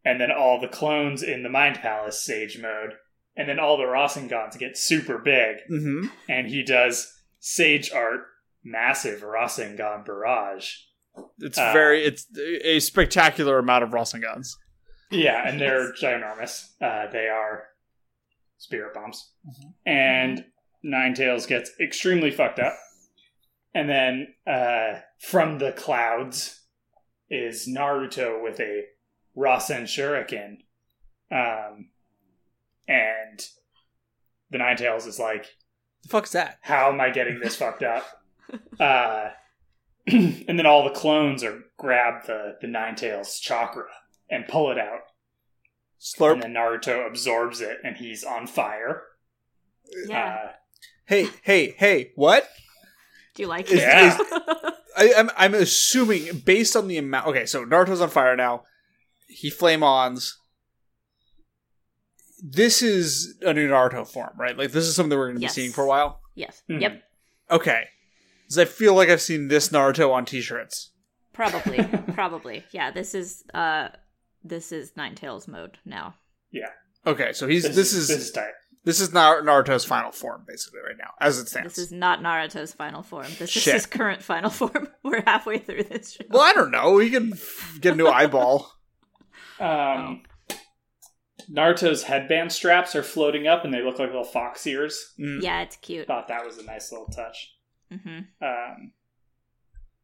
B: and then all the clones in the Mind Palace Sage mode. And then all the Rosengans get super big,
A: Mm-hmm.
B: and he does Sage Art massive Rasengan barrage.
A: It's
B: Uh,
A: very it's a spectacular amount of Rasengan's.
B: Yeah, and they're ginormous. Uh, they are spirit bombs. And Nine Tails gets extremely fucked up. And then uh, from the clouds is Naruto with a Rasen Shuriken. Um, and the Nine Tails is like,
A: The fuck's that?
B: how am I getting this fucked up? Uh, and then all the clones are grab the, the Nine Tails chakra and pull it out.
A: Slurp.
B: And then Naruto absorbs it and he's on fire.
C: Yeah.
B: Uh,
A: hey, hey, hey! What?
C: Do you like
A: is-
C: it?
B: Yeah.
A: I, I'm I'm assuming based on the amount. Okay, so Naruto's on fire now. He flame ons. This is a new Naruto form, right? Like this is something we're going to
C: Yes.
A: be seeing for a while.
C: yes.
A: Hmm.
B: Mhm.
C: Yep.
A: Okay, because I feel like I've seen this Naruto on T-shirts.
C: Probably. Probably. Yeah. This is uh, this is Nine Tails mode now.
A: Okay, so he's this, is,
B: this is tight.
A: this is Nar- Naruto's final form basically right now as it stands.
C: This is not Naruto's final form. This is
A: Shit.
C: his current final form. We're halfway through this show.
A: well, I don't know. He can f- get a new eyeball.
B: Um,
C: Oh.
B: Naruto's headband straps are floating up and they look like little fox ears.
A: Mm.
C: Yeah, it's cute.
B: Thought that was a nice little touch.
C: hmm
B: Um,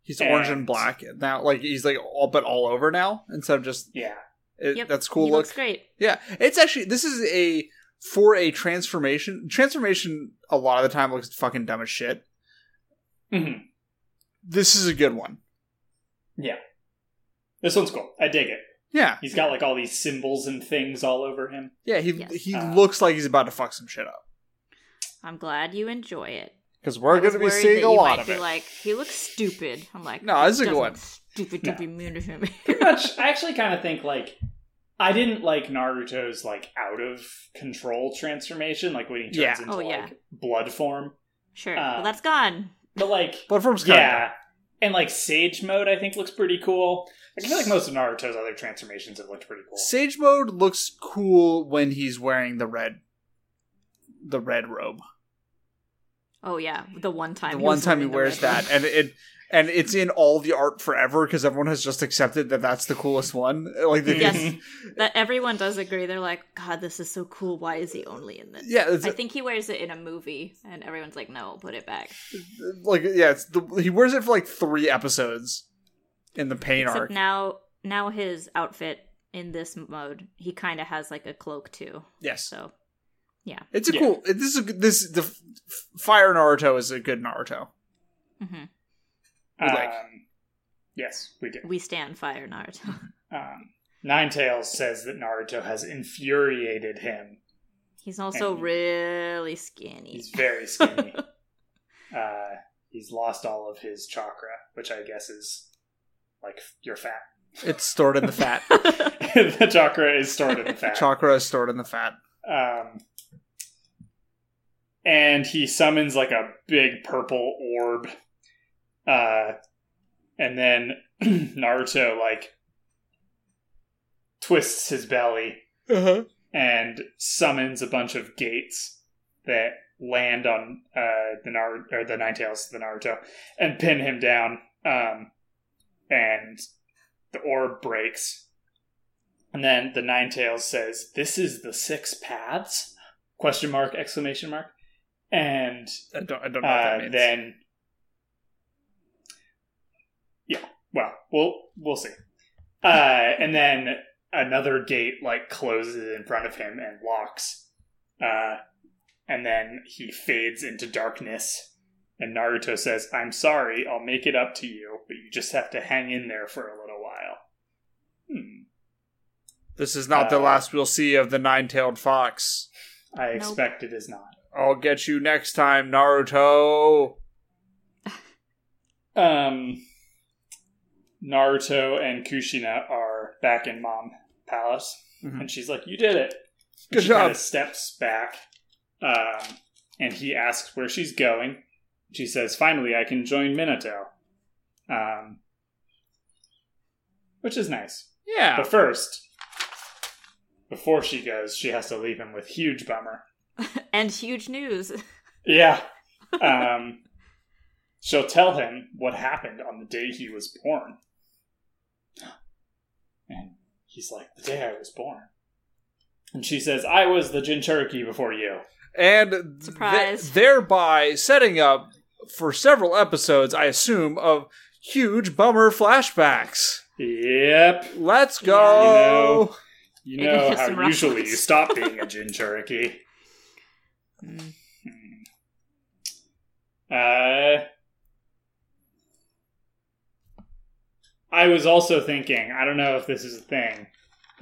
A: He's orange
B: And-
A: and black now. Like he's like all but all over now instead of just
B: yeah,
A: it,
C: Yep,
A: that's cool
C: he
A: look.
C: looks great.
A: Yeah, it's actually this is a for a transformation. Transformation a lot of the time looks fucking dumb as shit.
B: Mhm.
A: This is a good one.
B: this one's cool. I dig it.
A: Yeah,
B: He's got like all these symbols and things all over him.
A: yeah. He
C: Yes.
A: he
B: Uh,
A: looks like he's about to fuck some shit up
C: I'm glad you enjoy it.
A: because
C: I
A: we're
C: was
A: going to be
C: worried
A: seeing
C: that
A: a
C: you
A: lot
C: might
A: of
C: be
A: it.
C: Like he looks stupid. I'm like,
A: No, this is a
C: doesn't
A: good one.
C: look Stupid to
B: No.
C: be mean to him.
B: Pretty much. I actually kind of think like I didn't like Naruto's like out of control transformation, like when he turns
A: Yeah.
B: into
C: Oh, yeah.
B: like blood form.
C: sure,
B: Uh,
C: well, that's gone.
B: But like
A: Platform's kind
B: Yeah. And like Sage mode, I think looks pretty cool. I feel like most of Naruto's other transformations have looked pretty cool.
A: Sage mode looks cool when he's wearing the red, the red robe.
C: Oh yeah, the one time.
A: the
C: he
A: one
C: was
A: time he
C: wearing the
A: wears
C: red one.
A: that, and it and it's in all the art forever because everyone has just accepted that that's the coolest one. Like they
C: Yes.
B: Mhm.
C: That everyone does agree. They're like, God, this is so cool. Why is he only in this?
A: yeah, it's,
C: I think he wears it in a movie, and everyone's like, No, put it back.
A: like yeah, it's the, he wears it for like three episodes in the pain
C: Except
A: arc.
C: now, now his outfit in this mode, he kind of has like a cloak too.
A: yes,
C: So
A: it's a
B: Yeah.
A: cool. It, this is a, good- this the f- fire Naruto is a good Naruto.
C: mhm.
A: We like.
B: Um, yes, we do.
C: we stand fire, Naruto.
B: Um, Ninetales says that Naruto has infuriated him.
C: He's also
B: And-
C: really skinny.
B: He's very skinny. uh, he's lost all of his chakra, which I guess is like you're fat.
A: It's stored in the fat.
B: the chakra is stored in the fat.
A: Chakra is stored in the fat.
B: Um, and he summons like a big purple orb. Uh, and then Naruto like twists his belly
A: Uh-huh.
B: and summons a bunch of gates that land on uh, the Nar- or the Ninetales, the Naruto, and pin him down. Um, and the orb breaks, and then the Ninetales says, "This is the six paths?" Question mark! Exclamation mark! And
A: I don't. I don't know what that
B: uh,
A: means.
B: then, yeah. Well, we'll we'll see. Uh, and then another gate like closes in front of him and locks. Uh, and then he fades into darkness, And Naruto says, I'm sorry, I'll make it up to you, but you just have to hang in there for a little while. Hmm.
A: This is not the
B: Uh,
A: last we'll see of the nine tailed fox.
B: I
C: Nope.
B: expect it is not.
A: I'll get you next time, Naruto.
B: Um, Naruto and Kushina are back in Mom Palace,
A: Mhm.
B: and she's like, "You did it." And
A: Good
B: she
A: job.
B: Kind of steps back, um, and he asks where she's going. She says, "Finally, I can join Minato," um, which is nice.
A: Yeah.
B: But first, before she goes, she has to leave him with huge bummer.
C: and huge news.
B: Yeah. Um, she'll tell him what happened on the day he was born. And he's like, The day I was born. And she says, I was the Jinchuriki before you.
A: And th-
C: Surprise.
A: thereby setting up for several episodes, I assume, of huge bummer flashbacks.
B: Yep.
A: Let's go.
B: You know. You
C: Maybe
B: know
C: have some
B: how
C: rough
B: usually
C: ones.
B: you stop being a Jinchuriki.
A: Hmm.
C: Mm.
B: Uh, I was also thinking, I don't know if this is a thing.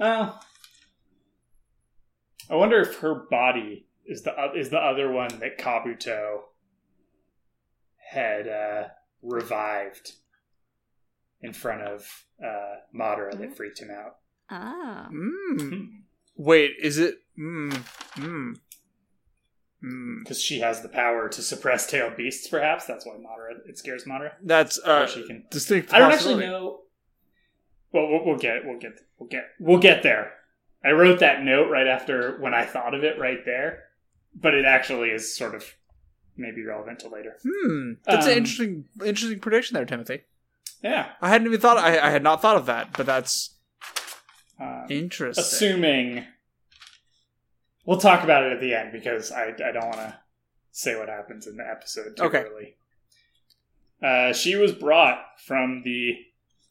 B: Uh, I wonder if her body is the o- is the other one that Kabuto had uh, revived in front of uh, Madara that freaked him out.
C: Ah.
A: Mm. Wait, is it? Mm. Mm. Mm.
B: Because she has the power to suppress tailed beasts, perhaps. That's why Madara, it scares Madara.
A: That's
B: Or
A: uh,
B: she can
A: distinct.
B: I don't actually
A: possibility.
B: know. Well, we'll, we'll get we'll get we'll get we'll get there. I wrote that note right after when I thought of it right there, but it actually is sort of maybe relevant to later.
A: Hmm. That's an
B: Um,
A: interesting, interesting prediction there, Timothy.
B: Yeah,
A: I hadn't even thought. I, I had not thought of that, but that's
B: um,
A: interesting.
B: assuming we'll talk about it at the end because I I don't want to say what happens in the episode too
A: Okay.
B: early. Uh, she was brought from the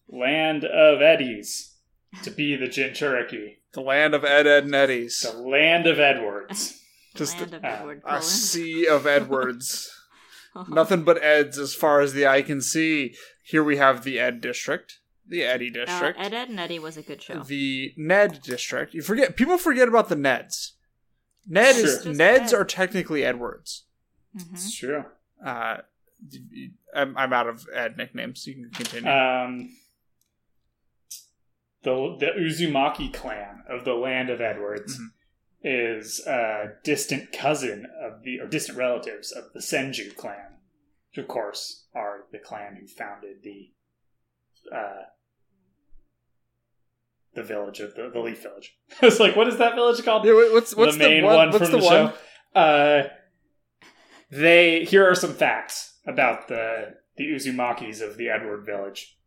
B: land of Eddies to be the Jinchuriki,
A: the land of Ed, Ed, and Eddies.
B: the land of Edwards.
A: Just
C: Land of
B: uh,
C: Edward
A: a
C: Cullen.
A: sea of Edwards.
C: Oh.
A: Nothing but Eds as far as the eye can see. Here we have the Ed district, the Eddie
C: Uh,
A: district,
C: Ed, Ed, and Eddie was a good show.
A: the Ned district. You forget people forget about the Neds. Ned
B: Sure.
A: is
C: Just
A: Neds
C: Ed.
A: are technically Edwards.
C: Mhm.
B: It's true.
A: Uh, I'm, I'm out of Ed nicknames. You can continue.
B: Um, the the Uzumaki clan of the land of Edwards
A: Mhm.
B: is a distant cousin of the or distant relatives of the Senju clan, which of course are the clan who founded the uh, the village of the, the Leaf Village. I was like, what is that village called?
A: yeah, wait, what's what's the, one? what's the, one?
B: show. Uh, they here are some facts about the the Uzumakis of the Edward Village.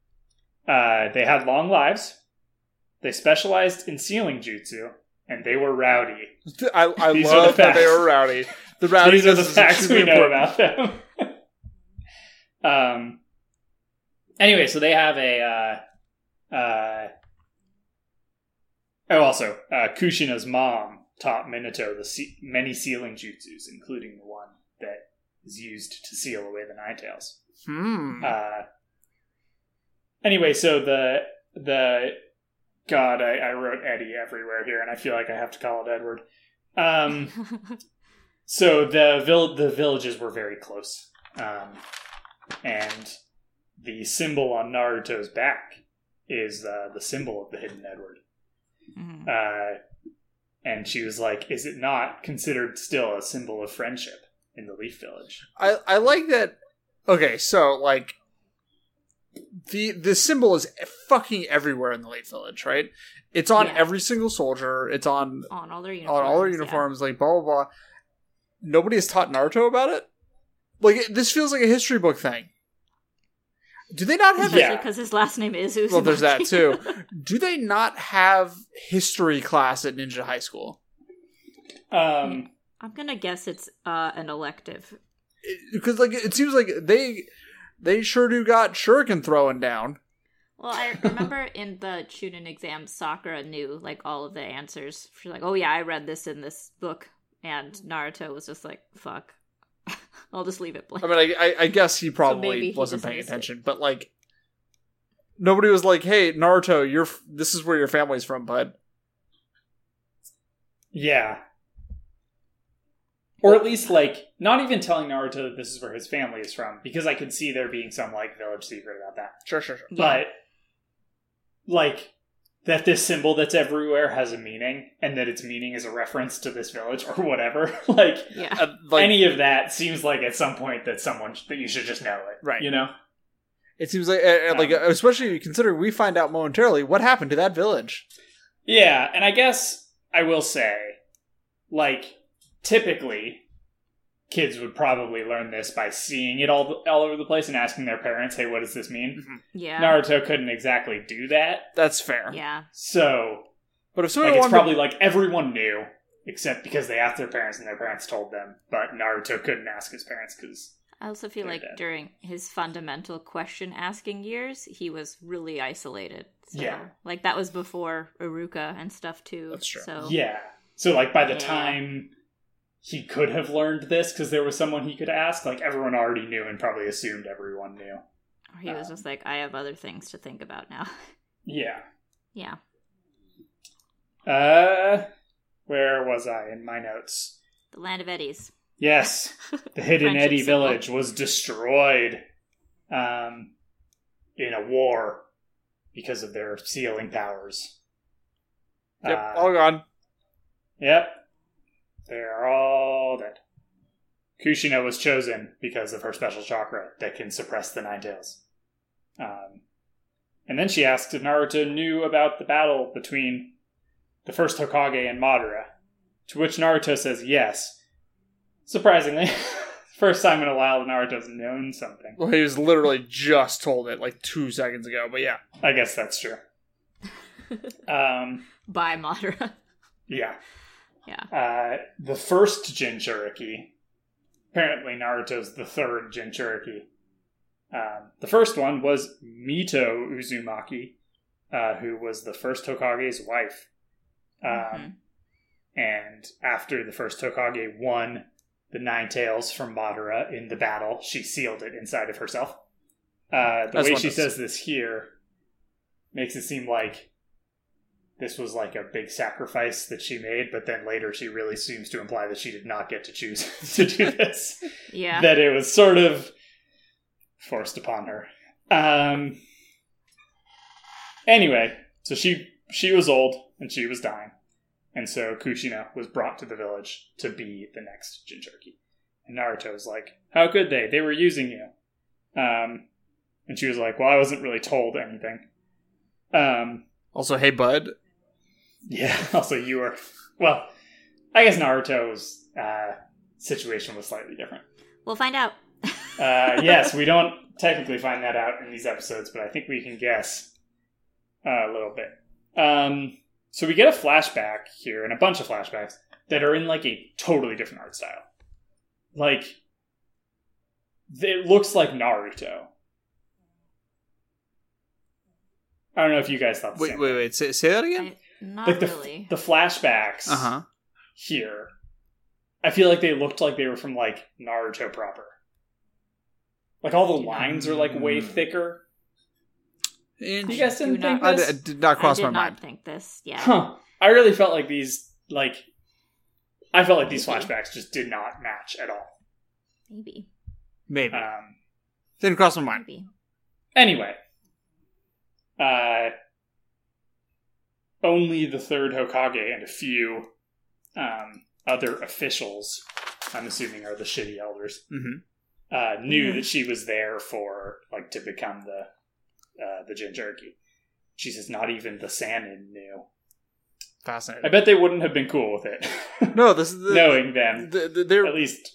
B: Uh, they had long lives. They specialized in sealing jutsu, and they were rowdy.
A: I, I
B: These are
A: love
B: the
A: that they
B: facts.
A: were rowdy. The rowdy
B: These are the
A: is
B: facts we
A: extremely
B: know
A: important.
B: about them. um. Anyway, so they have a. Uh, uh, oh, also, uh, Kushina's mom taught Minato the se- many sealing jutsus, including the one that is used to seal away the Nine Tails.
A: Hmm.
B: Uh, anyway, so the the God, I, I wrote Eddie everywhere here, and I feel like I have to call it Edward. Um. So the vill- the villages were very close, um, and the symbol on Naruto's back is uh, the symbol of the hidden Edward.
C: Mhm.
B: Uh, and she was like, "Is it not considered still a symbol of friendship in the Leaf Village?"
A: I I like that. Okay, so like the the symbol is fucking everywhere in the late village, right? It's on
C: Yeah.
A: every single soldier. It's on
C: on all their uniforms.
A: on all their
C: yeah.
A: uniforms, like blah blah blah. Nobody has taught Naruto about it. Like it, this feels like a history book thing. Do they not have?
C: Especially
B: Yeah.
C: because his last name is Uzumaki.
A: Well, there's that too. Do they not have history class at Ninja High School?
B: Um,
C: I'm gonna guess it's uh, an elective.
A: Because like it seems like they they sure do got shuriken throwing down.
C: Well, I remember in the Chunin exam, Sakura knew like all of the answers. She's like, "Oh yeah, I read this in this book," and Naruto was just like, "Fuck." I'll just leave it blank.
A: I mean, I, I, I guess he probably
C: maybe he
A: wasn't
C: just
A: paying
C: missed it.
A: attention, but like, nobody was like, "Hey, Naruto, you're f- this is where your family's from, bud."
B: Yeah. Or at least like not even telling Naruto that this is where his family is from, because I could see there being some like village secret about that.
A: Sure, sure, sure.
C: Yeah.
B: But like that this symbol that's everywhere has a meaning and that its meaning is a reference to this village or whatever. like
C: yeah.
A: Uh, like,
B: any of that seems like at some point that someone that you should just know it.
A: Right.
B: You know?
A: it seems like, uh, uh, like,
B: Um,
A: uh, especially considering we find out momentarily what happened to that village.
B: Yeah, and I guess I will say, like, typically, kids would probably learn this by seeing it all all over the place and asking their parents, "Hey, what does this mean?"
C: Yeah.
B: Naruto couldn't exactly do that,
A: That's fair.
C: yeah.
B: so
A: But if
B: like,
A: somebody
B: it's
A: wanted,
B: probably like everyone knew except because they asked their parents and their parents told them, but Naruto couldn't ask his parents because
C: I also feel
B: They're
C: like
B: dead.
C: during his fundamental question asking years, he was really isolated. So,
B: Yeah.
C: Like that was before Aruka and stuff too.
A: That's true.
C: So
B: yeah. So like by the
C: Oh. Yeah.
B: time he could have learned this because there was someone he could ask, like everyone already knew and probably assumed everyone knew.
C: or he was
B: Um,
C: just like, I have other things to think about now.
B: Yeah.
C: yeah.
B: Uh, where was I in my notes?
C: The land of eddies.
B: Yes, the hidden
C: Friendship
B: Eddy
C: symbol.
B: village was destroyed, um, in a war because of their sealing powers.
A: yep,
B: Uh,
A: all gone.
B: yep, they're all dead. Kushina was chosen because of her special chakra that can suppress the nine tails. Um, and then she asked if Naruto knew about the battle between the first Hokage and Madara, to which Naruto says yes. Surprisingly, first time in a while that Naruto's known something.
A: Well, he was literally just told it like two seconds ago. But yeah,
B: I guess that's true. Um,
C: By Madara.
B: yeah.
C: Yeah.
B: Uh, the first Jinchuriki. Apparently, Naruto's the third Jinchuriki. Um, the first one was Mito Uzumaki, uh, who was the first Hokage's wife. Um,
C: Mhm.
B: And after the first Hokage won the Nine Tails from Madara in the battle, she sealed it inside of herself. Uh, the
A: As
B: way
A: one
B: she
A: does.
B: says this here makes it seem like this was like a big sacrifice that she made, but then later she really seems to imply that she did not get to choose to do this.
C: Yeah.
B: That it was sort of forced upon her. Um, anyway, so she she was old and she was dying, and so Kushina was brought to the village to be the next Jinchuriki. And Naruto was like, "How could they? They were using you." Um, and she was like, "Well, I wasn't really told anything." Um,
A: Also, hey, bud.
B: yeah. Also, you were. Well, I guess Naruto's uh, situation was slightly different.
C: We'll find out.
B: Uh, yes, we don't technically find that out in these episodes, but I think we can guess uh, a little bit. Um, so we get a flashback here and a bunch of flashbacks that are in like a totally different art style. Like, it looks like Naruto. I don't know if you guys thought the
A: Wait,
B: same.
A: wait, wait. Say, say that again.
C: I- not
B: Like the,
C: really.
B: the flashbacks
A: Uh huh.
B: here. I feel like they looked like they were from like Naruto proper. Like all the lines are like way
A: Mm.
B: thicker. You
A: I,
B: guys didn't
C: Do
B: think
C: not-
A: I
B: this?
A: did not cross
C: I
A: my
C: did not
A: mind.
C: think this. Yeah.
B: Huh. I really felt like these like I felt like these
C: Maybe.
B: flashbacks just did not match at all.
C: Maybe.
A: Maybe
B: Um
A: didn't cross my mind.
C: Maybe.
B: anyway. Uh only the third Hokage and a few um other officials, I'm assuming are the shitty elders.
A: Mm-hmm.
B: uh, knew
C: Mhm.
B: that she was there for like to become the uh, the Jinchuriki. She says not even the Sanin knew. I
A: Fascinating.
B: bet they wouldn't have been cool with it,
A: No, this is the,
B: knowing them.
A: the, the,
B: At
A: they're
B: least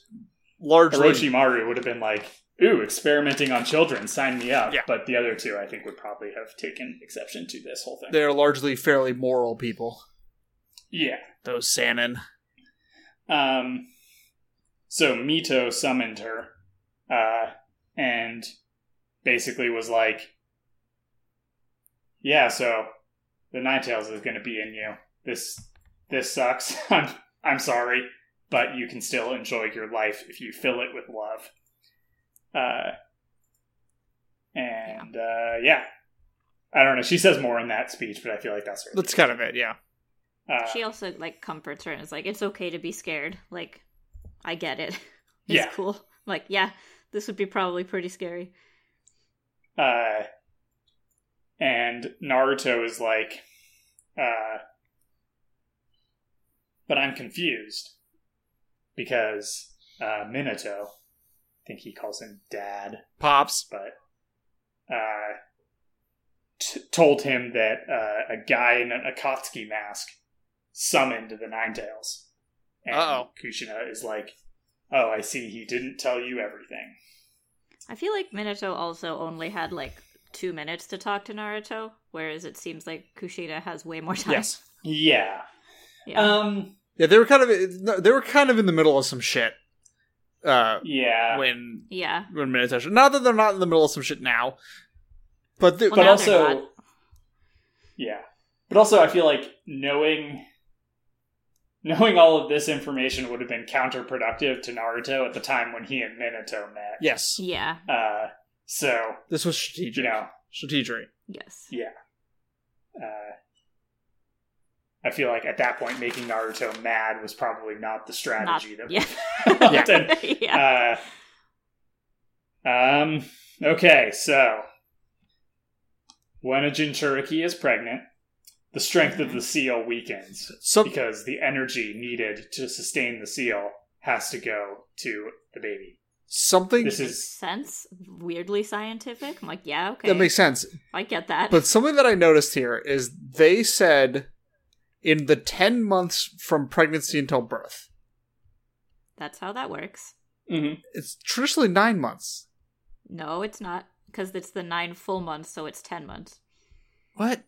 A: largely
B: Orochimaru would have been like, "Ooh, experimenting on children, sign me up."
A: Yeah.
B: But the other two, I think, would probably have taken exception to this whole thing.
A: they're largely fairly moral people.
B: yeah.
A: Those Sanin.
B: Um, so Mito summoned her, uh, and basically was like, "Yeah, so the Ninetales is going to be in you. This this sucks. I'm I'm sorry. but you can still enjoy your life if you fill it with love. Uh, and yeah. Uh, yeah, I don't know. She says more in that speech, but I feel like that's her.
A: That's kind of it. Yeah.
B: Uh,
C: she also like comforts her and is like, "It's okay to be scared. Like, I get it. it's
B: Yeah.
C: cool. Like, yeah, this would be probably pretty scary.
B: Uh, and Naruto is like, uh, but I'm confused because uh, Minato, I think he calls him dad,
A: Pops.
B: but uh, t- told him that uh, a guy in an Akatsuki mask summoned the Nine Tails. And
A: Uh-oh.
B: Kushina is like, oh, I see, he didn't tell you everything.
C: I feel like Minato also only had like two minutes to talk to Naruto, whereas it seems like Kushida has way more time.
A: Yes.
B: Yeah.
C: Yeah.
B: Um.
A: Yeah, they were kind of they were kind of in the middle of some shit. Uh,
B: Yeah.
A: when
C: yeah.
A: when Minato showed- Not that they're not in the middle of some shit now, but the,
C: Well,
B: but
C: now
B: also
C: they're not.
B: yeah but also i feel like knowing knowing all of this information would have been counterproductive to naruto at the time when he and minato met
A: yes,
C: Yeah.
B: uh so
A: this was
B: you
A: strategic.
B: know
A: Strategic.
C: Yes.
B: uh i feel like at that point making naruto mad was probably not the strategy
C: Not-
B: that
C: yeah.
B: helped him.
C: yeah.
B: Uh, um. Okay, so when a Jinchuriki is pregnant, the strength of the seal weakens
A: Some
B: because the energy needed to sustain the seal has to go to the baby.
A: something
B: This
C: Makes
B: is
C: sense. Weirdly scientific. I'm like, yeah, okay.
A: that makes sense.
C: I get that.
A: But something that I noticed here is they said in the ten months from pregnancy until birth,
C: That's how that works.
A: it's traditionally nine months.
C: No, it's not. Because it's the nine full months, so it's ten months.
A: What?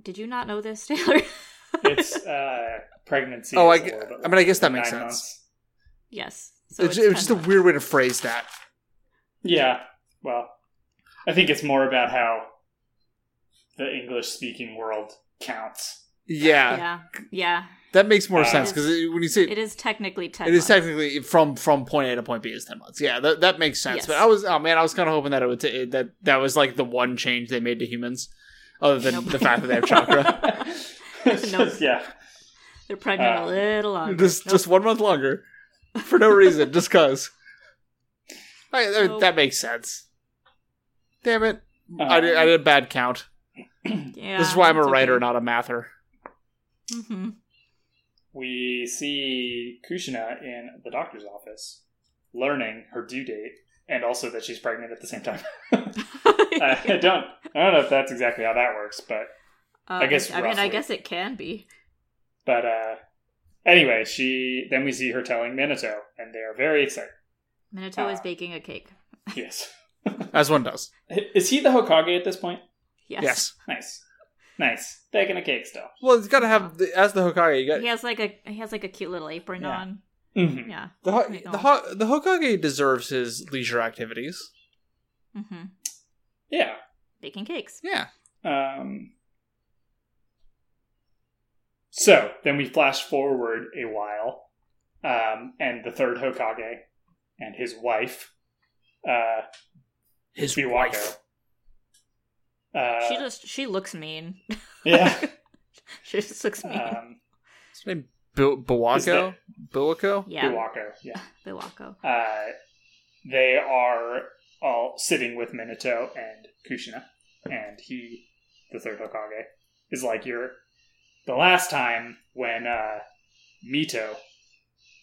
C: Did you not know this, Taylor?
B: it's uh, pregnancy.
A: Oh,
B: is
A: I
B: a
A: g-
B: little bit
A: I mean, I guess that
B: longer
A: makes
B: than nine
A: sense.
B: months.
C: yes. So
A: it's,
C: it's,
A: it was
C: 10
A: just a
C: months.
A: weird way to phrase that.
B: Yeah. Well, I think it's more about how the English-speaking world counts.
A: Yeah,
C: Yeah. Yeah.
A: that makes more
B: Uh,
A: sense because when you say
C: It is technically ten.
A: It is
C: months.
A: technically from from point A to point B is ten months. Yeah, that that makes sense.
C: Yes.
A: But I was oh man, I was kind of hoping that it would t- that that was like the one change they made to humans, other than
C: Nope.
A: the fact that they have chakra.
B: It's just- yeah.
C: They're pregnant
B: Uh,
C: a little longer.
A: just
C: Nope.
A: just one month longer, for no reason, just cause. I, I-
C: Nope.
A: That makes sense. Damn it! I,
B: Um,
A: did, I did a bad count.
C: yeah,
A: this is why I'm a writer, not a mather.
C: hmm
B: we see Kushina in the doctor's office learning her due date and also that she's pregnant at the same time. I I don't I don't know if that's exactly how that works, but I guess
C: Uh, I mean, I
B: roughly.
C: guess it can be.
B: but uh anyway, she then we see her telling Minato and they are very excited.
C: Minato is
B: Uh,
C: baking a cake.
B: Yes.
A: As one does.
B: Is he the Hokage at this point?
C: Yes.
A: Yes.
B: Nice. Nice. Baking a cake still.
A: Well, it's got to have the, as the Hokage. You got
C: He has like a he has like a cute little apron
A: Yeah.
C: on.
B: Mm-hmm.
C: Yeah.
A: the Ho-
C: my
A: the, Ho- the Hokage deserves his leisure activities.
C: hmm
B: Yeah.
C: Baking cakes.
A: Yeah.
B: Um, so then we flash forward a while, um, and the third Hokage and his wife, uh,
A: His
B: Iwako.
A: wife.
B: Uh,
C: she just she looks mean.
B: yeah.
C: she just looks mean.
B: Um,
A: His name Bu- Buwako?
B: that-
A: Buwako?
C: yeah.
B: Iwako, yeah.
C: Biwako.
B: Uh, they are all sitting with Minato and Kushina, and he, the third Hokage, is like your the last time when uh, Mito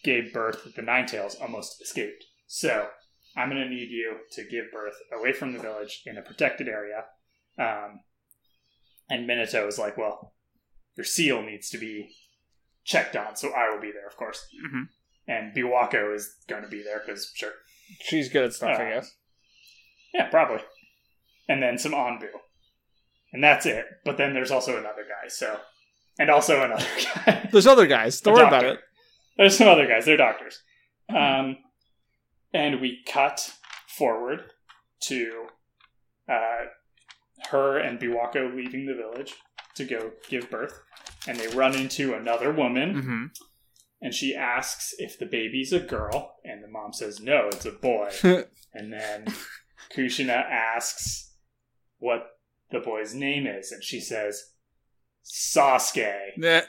B: gave birth, the Ninetales almost escaped. So I'm gonna need you to give birth away from the village in a protected area. Um, and Minato is like, well, your seal needs to be checked on, so I will be there, of course
A: Mhm.
B: and Biwako is going to be there because sure,
A: She's good at stuff, I
B: Uh,
A: guess.
B: yeah, probably. And then some Anbu, and that's it. But then there's also another guy. So, and also another guy.
A: There's other guys. Don't
B: A
A: worry about it.
B: doctor.
A: Hmm.
B: There's some other guys. They're doctors. Um, and we cut forward to uh, her and Biwako leaving the village to go give birth, and they run into another woman.
A: Mm-hmm.
B: and she asks if the baby's a girl, and the mom says no, it's a boy. and then Kushina asks what the boy's name is, and she says Sasuke.
A: Nah.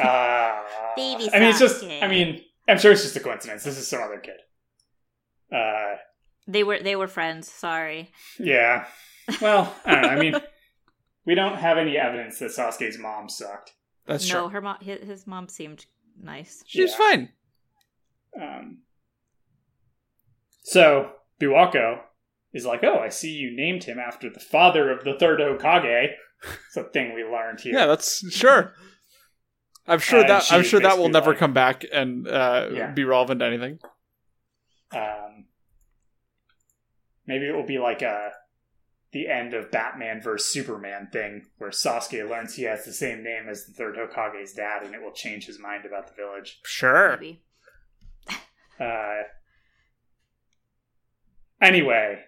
B: Ah.
C: Baby
B: I mean, it's just.
C: Sasuke.
B: I mean, I'm sure it's just a coincidence. This is some other kid. Uh,
C: They were they were friends. Sorry.
B: yeah. Well, I don't know. I mean, we don't have any evidence that Sasuke's mom sucked.
A: That's
C: no,
A: true.
C: her mom his, his mom seemed nice.
A: She's
B: Yeah.
A: fine.
B: Um, so Buwako is like, "Oh, I see you named him after the father of the third Hokage." It's a thing we learned here.
A: Yeah, that's sure. I'm sure
B: Uh,
A: that I'm
B: she's
A: sure that will
B: basically
A: never
B: like-
A: come back and uh,
B: Yeah.
A: be relevant to anything.
B: um, maybe it will be like a the end of Batman versus Superman thing, where Sasuke learns he has the same name as the third Hokage's dad, and it will change his mind about the village.
A: Sure.
C: Maybe.
B: Uh, anyway,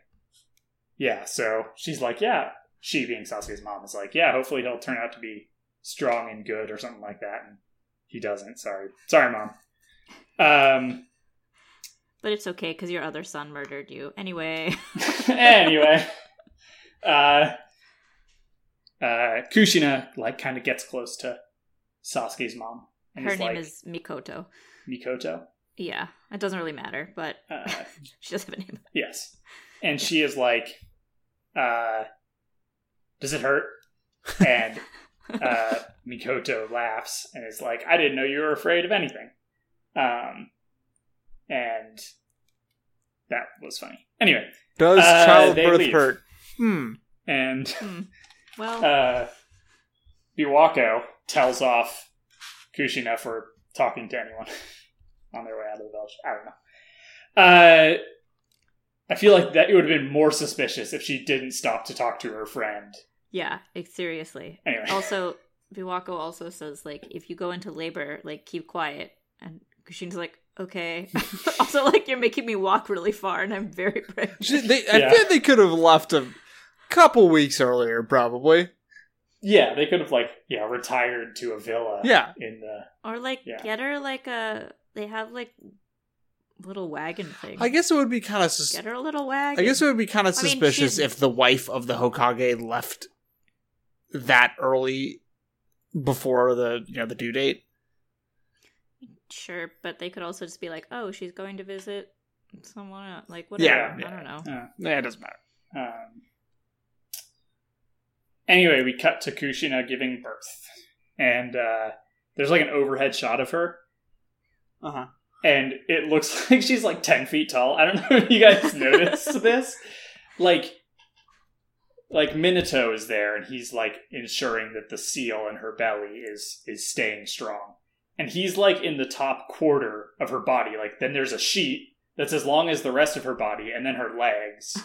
B: yeah, so she's like, yeah, she being Sasuke's mom is like, yeah, hopefully he'll turn out to be strong and good or something like that. And he doesn't. Sorry. Sorry, mom. Um,
C: But it's okay because your other son murdered you. Anyway.
B: anyway, uh, uh, Kushina, like, kind of gets close to Sasuke's mom. And
C: Her name
B: like,
C: is Mikoto.
B: Mikoto.
C: Yeah. It doesn't really matter, but
B: Uh,
C: she does have a name.
B: Yes. And she is like, uh, does it hurt? And uh, Mikoto laughs and is like, I didn't know you were afraid of anything. Um, and that was funny. Anyway,
A: Does
B: Uh, they
A: childbirth
B: leave.
A: hurt? Hmm.
B: and
C: well,
B: uh, Biwako tells off Kushina for talking to anyone on their way out of the village. I don't know. Uh, I feel like that it would have been more suspicious if she didn't stop to talk to her friend.
C: yeah. It, seriously.
B: Anyway,
C: Also, Biwako also says like if you go into labor, like keep quiet. And Kushina's like, okay. also, like you're making me walk really far, and I'm very pregnant.
A: She- they, I
B: Yeah.
A: feel they could have left a couple weeks earlier, probably.
B: yeah, they could have like yeah retired to a villa.
A: Yeah.
B: in the
C: Or like
B: Yeah.
C: get her like a they have like little wagon thing.
A: I guess it would be kind of. Sus-
C: get her a little
A: I
C: wagon.
A: guess it would be kind of
C: I mean,
A: suspicious
C: she's-
A: if the wife of the Hokage left that early before the you know the due date.
C: sure, but they could also just be like, oh, she's going to visit someone else. like whatever.
A: Yeah,
B: yeah.
C: I don't know.
B: uh,
A: Yeah, it doesn't matter.
B: um. Anyway, we cut to Kushina giving birth, and uh, there's like an overhead shot of her
A: Uh huh.
B: and it looks like she's like 10 feet tall i don't know if you guys noticed this like like minato is there and he's like ensuring that the seal in her belly is is staying strong and he's like in the top quarter of her body like then there's a sheet that's as long as the rest of her body and then her legs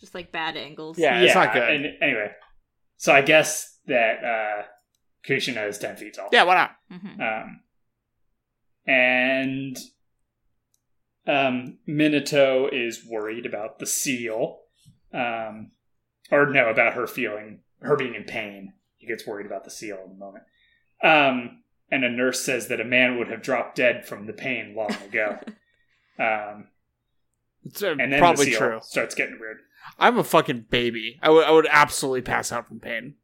C: just like bad angles.
A: Yeah, it's not good.
B: and anyway so i guess that uh kushina is 10 feet tall
A: Yeah, why not?
C: hmm
B: um, and um, Minato is worried about the seal, um, or no, about her feeling her being in pain. He gets worried about the seal in a moment. Um, and a nurse says that a man would have dropped dead from the pain long ago. um,
A: It's uh,
B: and then
A: probably
B: the seal
A: true.
B: starts getting weird.
A: I'm a fucking baby. I would I would absolutely pass out from pain.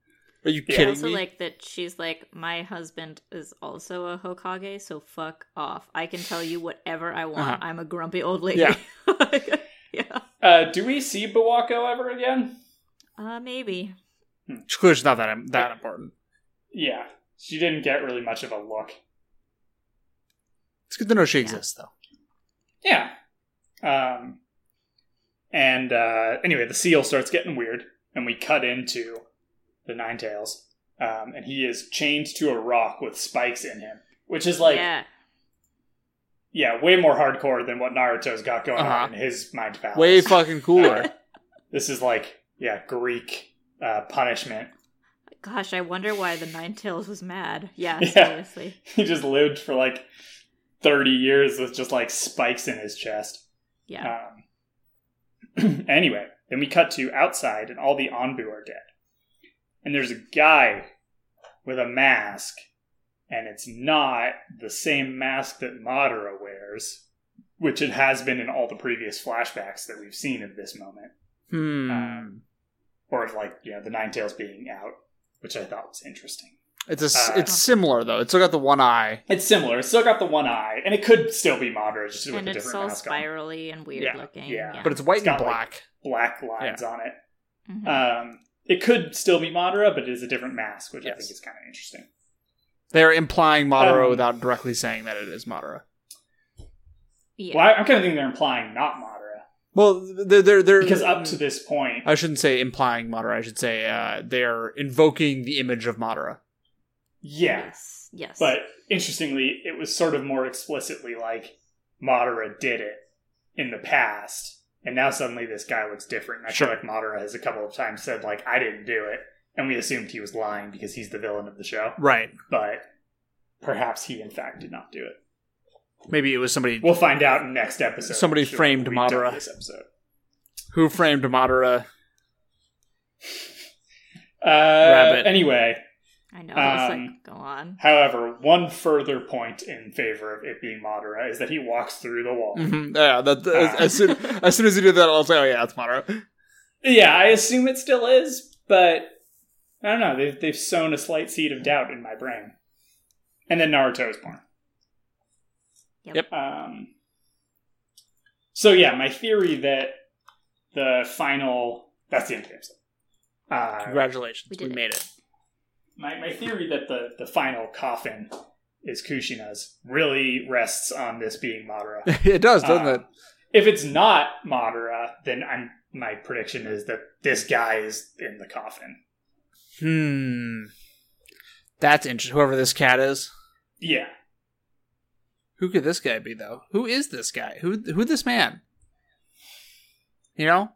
A: Are you
B: Yeah.
A: kidding
C: also
A: me?
C: like that she's like my husband is also a hokage so fuck off i can tell you whatever i want
A: Uh-huh.
C: i'm a grumpy old lady
A: Yeah.
C: yeah
B: Uh, do we see Bawako ever again?
C: uh maybe
A: Clearly, it's not that that important.
B: Yeah, she didn't get really much of a look.
A: It's good to know she
C: Yeah.
A: exists, though.
B: Yeah. Um, and uh, anyway, the seal starts getting weird, and we cut into the Nine Tails, um, and he is chained to a rock with spikes in him, which is like, yeah,
C: yeah
B: way more hardcore than what Naruto's got going
A: Uh-huh.
B: on in his mind palace.
A: Way fucking
B: Uh,
A: cooler.
B: this is like, yeah, Greek uh, punishment.
C: gosh i wonder why the nine tails was mad yeah,
B: Yeah.
C: seriously
B: He just lived for like thirty years with just like spikes in his chest.
C: yeah
B: Um, anyway, then we cut to outside, and all the Anbu are dead. And there's a guy with a mask and it's not the same mask that Madara wears, which it has been in all the previous flashbacks that we've seen of this moment,
A: Hmm.
B: Um, or of like you know the Nine Tails being out, which I thought was interesting.
A: it's a, s-
B: uh,
A: it's similar though. It's still got the one eye.
B: It's similar. It's still got the one eye, and it could still be Madara, just with
C: and
B: a
C: it's
B: different
C: all
B: mask on.
C: spirally and weird
A: Yeah,
C: looking.
B: yeah.
A: But it's white
B: It's
A: and
B: got, like,
A: black.
B: Black lines on it.
C: Mhm.
B: Um, it could still be Madara, but it is a different mask, which I
A: Yes.
B: think is kind of interesting.
A: They're implying Madara
B: um,
A: without directly saying that it is Madara.
C: yeah.
B: Well, I, I'm kind of thinking they're implying not Madara
A: Well, they're they're, they're
B: because up to this point,
A: I shouldn't say implying Madara. I should say uh, they're invoking the image of Madara.
B: yeah.
C: Yes. Yes.
B: But interestingly, it was sort of more explicitly like Madara did it in the past, and now suddenly this guy looks different. And I
A: Sure.
B: feel like Madara has a couple of times said like I didn't do it, and we assumed he was lying because he's the villain of the show,
A: Right.
B: but perhaps he in fact did not do it.
A: Maybe it was somebody
B: We'll find out in next episode.
A: Somebody
B: I'm sure,
A: framed
B: when we done
A: Madara.
B: This episode.
A: who framed Madara.
B: Uh,
A: Rabbit.
B: Anyway,
C: I know. I was
B: um,
C: like, go on.
B: however, one further point in favor of it being Madara is that he walks through the wall.
A: Mhm, Yeah. That, as, as soon as soon as he did that, I was like, oh yeah, that's Madara.
B: Yeah, I assume it still is, but I don't know. They've they've sown a slight seed of doubt in my brain, and then Naruto is born.
C: Yep.
A: Yep.
B: Um. So yeah, my theory that the final that's the end of the episode. Uh,
A: Congratulations,
C: We
A: we,
C: did it.
A: made it.
B: my my theory that the the final coffin is Kushina's really rests on this being Madara.
A: it does, doesn't
B: Uh,
A: it?
B: If it's not Madara, then I'm my prediction is that this guy is in the coffin.
A: Hmm. That's interesting. Whoever this cat is,
B: Yeah.
A: who could this guy be though? Who is this guy? Who who this man? You know,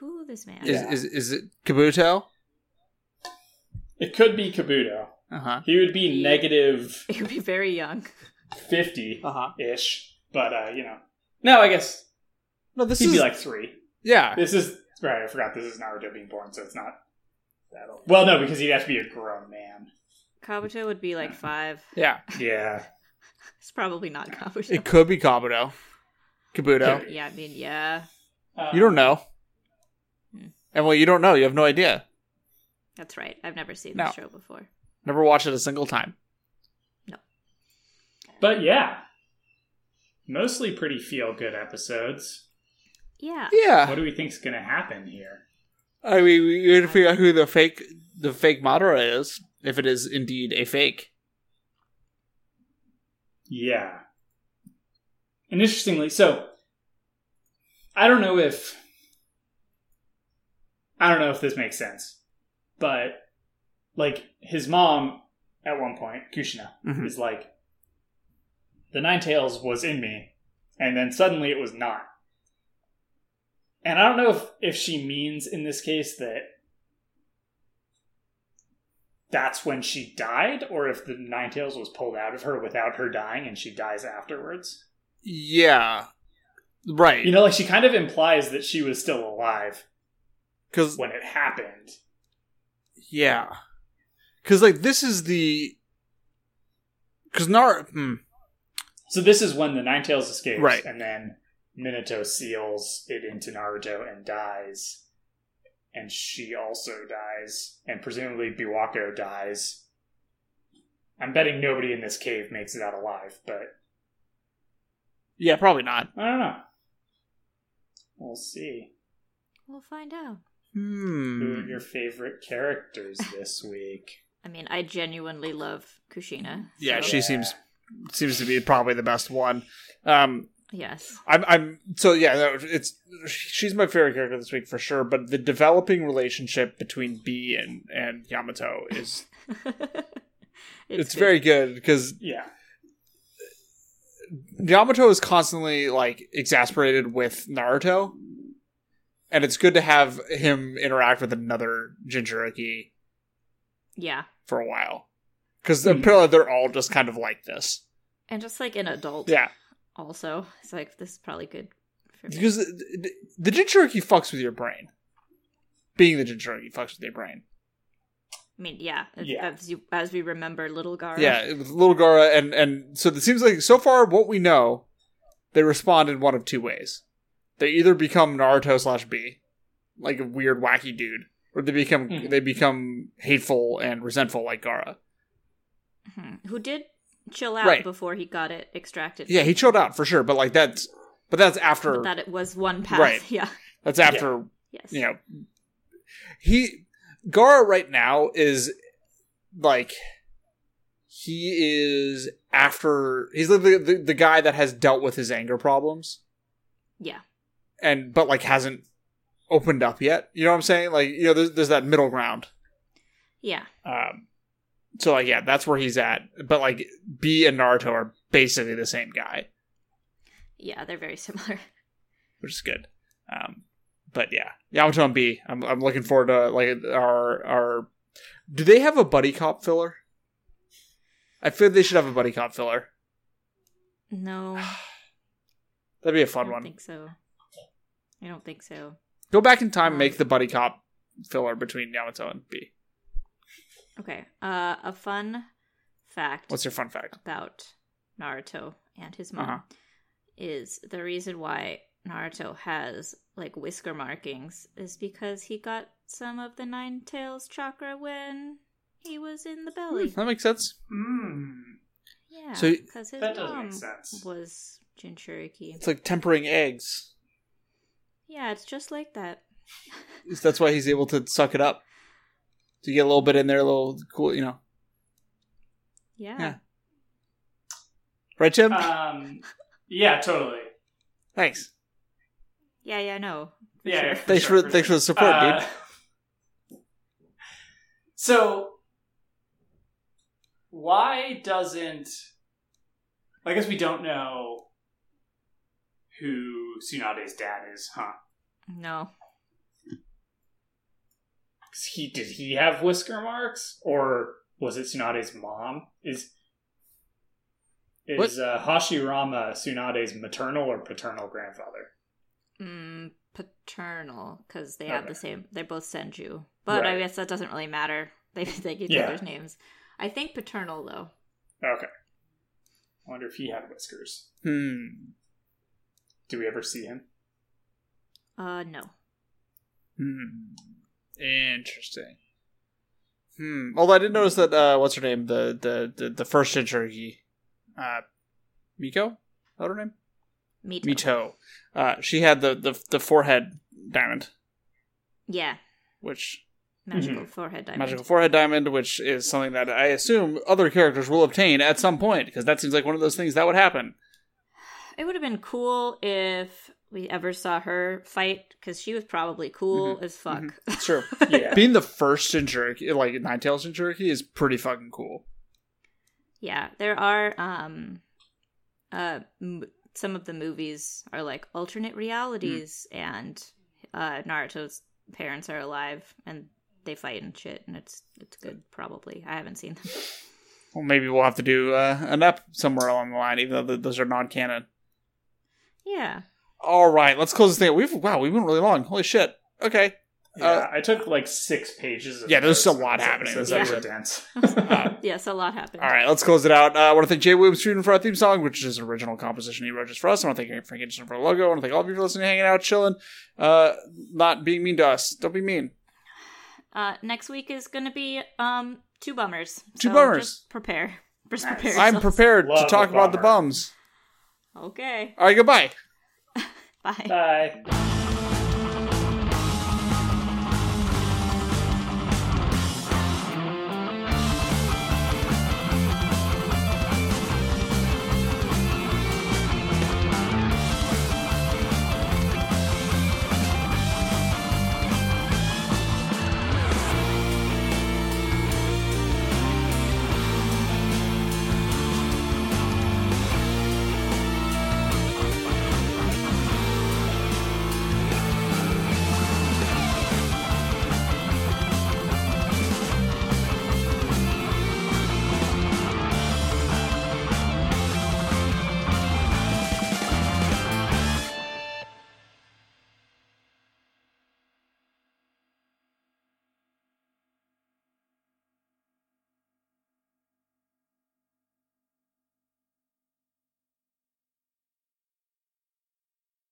C: Who this man?
A: is
B: Yeah.
A: is is it Kabuto?
B: It could be Kabuto.
A: Uh huh.
B: He would be
C: He-
B: negative
C: He would be very young.
B: 50
A: Uh huh.
B: ish, but uh, you know. No, I guess
A: No, this
B: he'd
A: is
B: be like three.
A: yeah.
B: This is right. I forgot this is Naruto being born, so it's not that old. Well, no, because he'd have to be a grown man.
C: Kabuto would be like five.
A: Yeah,
B: Yeah,
C: It's probably not
A: it
C: Kabuto.
A: could be Kabuto, Kabuto.
B: Could
C: Yeah, I mean, yeah.
B: Um,
A: You don't know,
C: Hmm.
A: Emily. You don't know. You have no idea.
C: That's right. I've never seen
A: No.
C: the show before.
A: Never watched it a single time.
B: but yeah, mostly pretty feel good episodes.
C: Yeah.
A: Yeah,
B: What do we think's gonna happen here?
A: I mean, we we had to figure out who the fake the fake Madara is, if it is indeed a fake.
B: Yeah. And interestingly, so I don't know if I don't know if this makes sense, but like his mom at one point, Kushina,
A: Mhm.
B: is like the Nine Tails was in me, and then suddenly it was not. And I don't know if, if she means in this case that that's when she died, or if the Nine Tails was pulled out of her without her dying and she dies afterwards.
A: Yeah, right.
B: You know, like she kind of implies that she was still alive
A: Because
B: when it happened.
A: yeah, because like this is the because Nar. Hmm.
B: So this is when the Nine Tails escapes,
A: Right.
B: and then Minato seals it into Naruto and dies, and she also dies, and presumably Biwako dies. I'm betting nobody in this cave makes it out alive, but
A: Yeah, probably not.
B: I don't know. We'll see.
C: We'll find out.
B: Who are
A: Hmm.
B: your favorite characters this week?
C: I mean, I genuinely love Kushina.
A: Yeah,
C: so-
A: she seems seems to be probably the best one. Um,
C: Yes.
A: I'm I'm so yeah. no, It's she's my favorite character this week for sure. But the developing relationship between B and and Yamato is
C: it's
A: it's,
C: good.
A: very good because
B: Yeah.
A: Yamato is constantly like exasperated with Naruto, and it's good to have him interact with another Jinchuriki
C: Yeah.
A: for a while because
B: Mhm.
A: apparently they're all just kind of like this.
C: And just like an adult,
A: Yeah,
C: also. It's like, this is probably good for me.
A: because the, the Jinchuriki fucks with your brain. Being the Jinchuriki fucks with your brain.
C: I mean, yeah, as,
B: Yeah.
C: As, you, as we remember, Little Gara.
A: Yeah, it was Little Gara, and and so it seems like so far what we know, they respond in one of two ways. They either become Naruto slash B, like a weird wacky dude, or they become
B: Mhm.
A: they become hateful and resentful like Gara.
C: Mhm. who did chill out
A: Right.
C: before he got it extracted.
A: Yeah, he chilled out for sure, but like that's but that's
C: But
A: after
C: that it was one path.
A: Right.
C: Yeah.
A: that's after
C: Yes.
A: you know he Gara right now is like he is after he's like the, the, the guy that has dealt with his anger problems.
C: Yeah.
A: and but like hasn't opened up yet. You know what I'm saying? Like you know, there's there's that middle ground.
C: Yeah.
A: Um, so like yeah, that's where he's at. But like B and Naruto are basically the same guy,
C: Yeah. They're very similar.
A: which is good. Um, but yeah, Yamato and B. I'm I'm looking forward to like our our. Do they have a buddy cop filler? I feel they should have a buddy cop filler.
C: No,
A: That'd be a
C: I
A: fun
C: don't
A: one.
C: think so. I don't think so.
A: Go back in time,
C: Um,
A: make the buddy cop filler between Yamato and B.
C: Okay. Uh, a fun fact
A: What's your fun fact?
C: about Naruto and his mom
A: Uh-huh.
C: is the reason why Naruto has like whisker markings is because he got some of the Nine Tails chakra when he was in the belly.
A: That makes sense.
B: Mm,
C: Yeah,
A: Hmm. So-
C: because his
B: that doesn't
C: mom
B: make sense.
C: was Jinchuriki.
A: It's like tempering eggs.
C: Yeah, it's just like that.
A: that's why he's able to suck it up to get a little bit in there, a little cool, you know.
C: Yeah.
A: Yeah. Right, Jim?
B: Um, yeah, totally.
A: thanks.
C: Yeah, yeah, no.
B: Yeah, yeah,
C: sure.
A: Thanks
B: sure,
A: for thanks
B: sure.
A: for the support,
B: Uh,
A: dude.
B: So, why doesn't? I guess we don't know who Tsunade's dad is, huh?
C: No.
B: 'Cause He did he have whisker marks, or was it Tsunade's mom? Is is uh, Hashirama Tsunade's maternal or paternal grandfather?
C: Mm, paternal, because they have
B: Okay.
C: the same. They're both senju, but I
B: Right.
C: guess that doesn't really matter. They take each
B: Yeah.
C: other's names. I think paternal though.
B: Okay. I wonder if he had whiskers.
A: Hmm.
B: Do we ever see him?
C: Uh, no.
A: Hmm. Interesting. Hmm. Although I did notice that uh what's her name? The the the, the first Jinchuriki. Uh Miko? Is that her name?
C: Mito.
A: Mito. Uh she had the, the the forehead diamond,
C: Yeah,
A: which
B: Mm-hmm.
C: magical forehead diamond.
A: magical forehead diamond, which is something that I assume other characters will obtain at some point, because that seems like one of those things that would happen.
C: It would have been cool if we ever saw her fight, because she was probably cool
B: Mm-hmm.
C: as fuck.
A: Sure.
B: Yeah.
A: Being the first Jinchuriki, like Ninetales Jinchuriki, is pretty fucking cool.
C: Yeah, there are um uh m- some of the movies are like
A: Hmm.
C: alternate realities and uh Naruto's parents are alive and they fight and shit and it's it's good probably. I haven't seen them.
A: Well, maybe we'll have to do uh, an up somewhere along the line, even though th- those are non-canon.
C: Yeah.
A: All right, let's close this thing. We've wow, we went really long. Holy shit. Okay.
B: Yeah,
A: Uh,
B: I took like six pages. Of
A: Yeah, there's
B: notes
A: a
B: on
A: lot
B: this
A: happening in
B: episode,
C: this
B: so it's dense.
A: Uh,
C: Yes, a lot happened.
A: All right, let's close it out. Uh, I want to thank Jay Williams Student for our theme song, which is an original composition he wrote just for us. I want to thank Frank Anderson for our logo. I want to thank all of you for listening, hanging out, chilling, uh, not being mean to us. Don't be mean.
C: Uh next week is going to be um two bummers.
A: Two
C: So
A: bummers.
C: Just prepare. Just
B: Nice.
C: prepare.
A: I'm
C: yourselves.
A: prepared to
B: Love
A: talk
B: a
A: about the
B: bummer.
A: bums.
C: Okay.
A: All right, goodbye.
C: Bye.
B: Bye.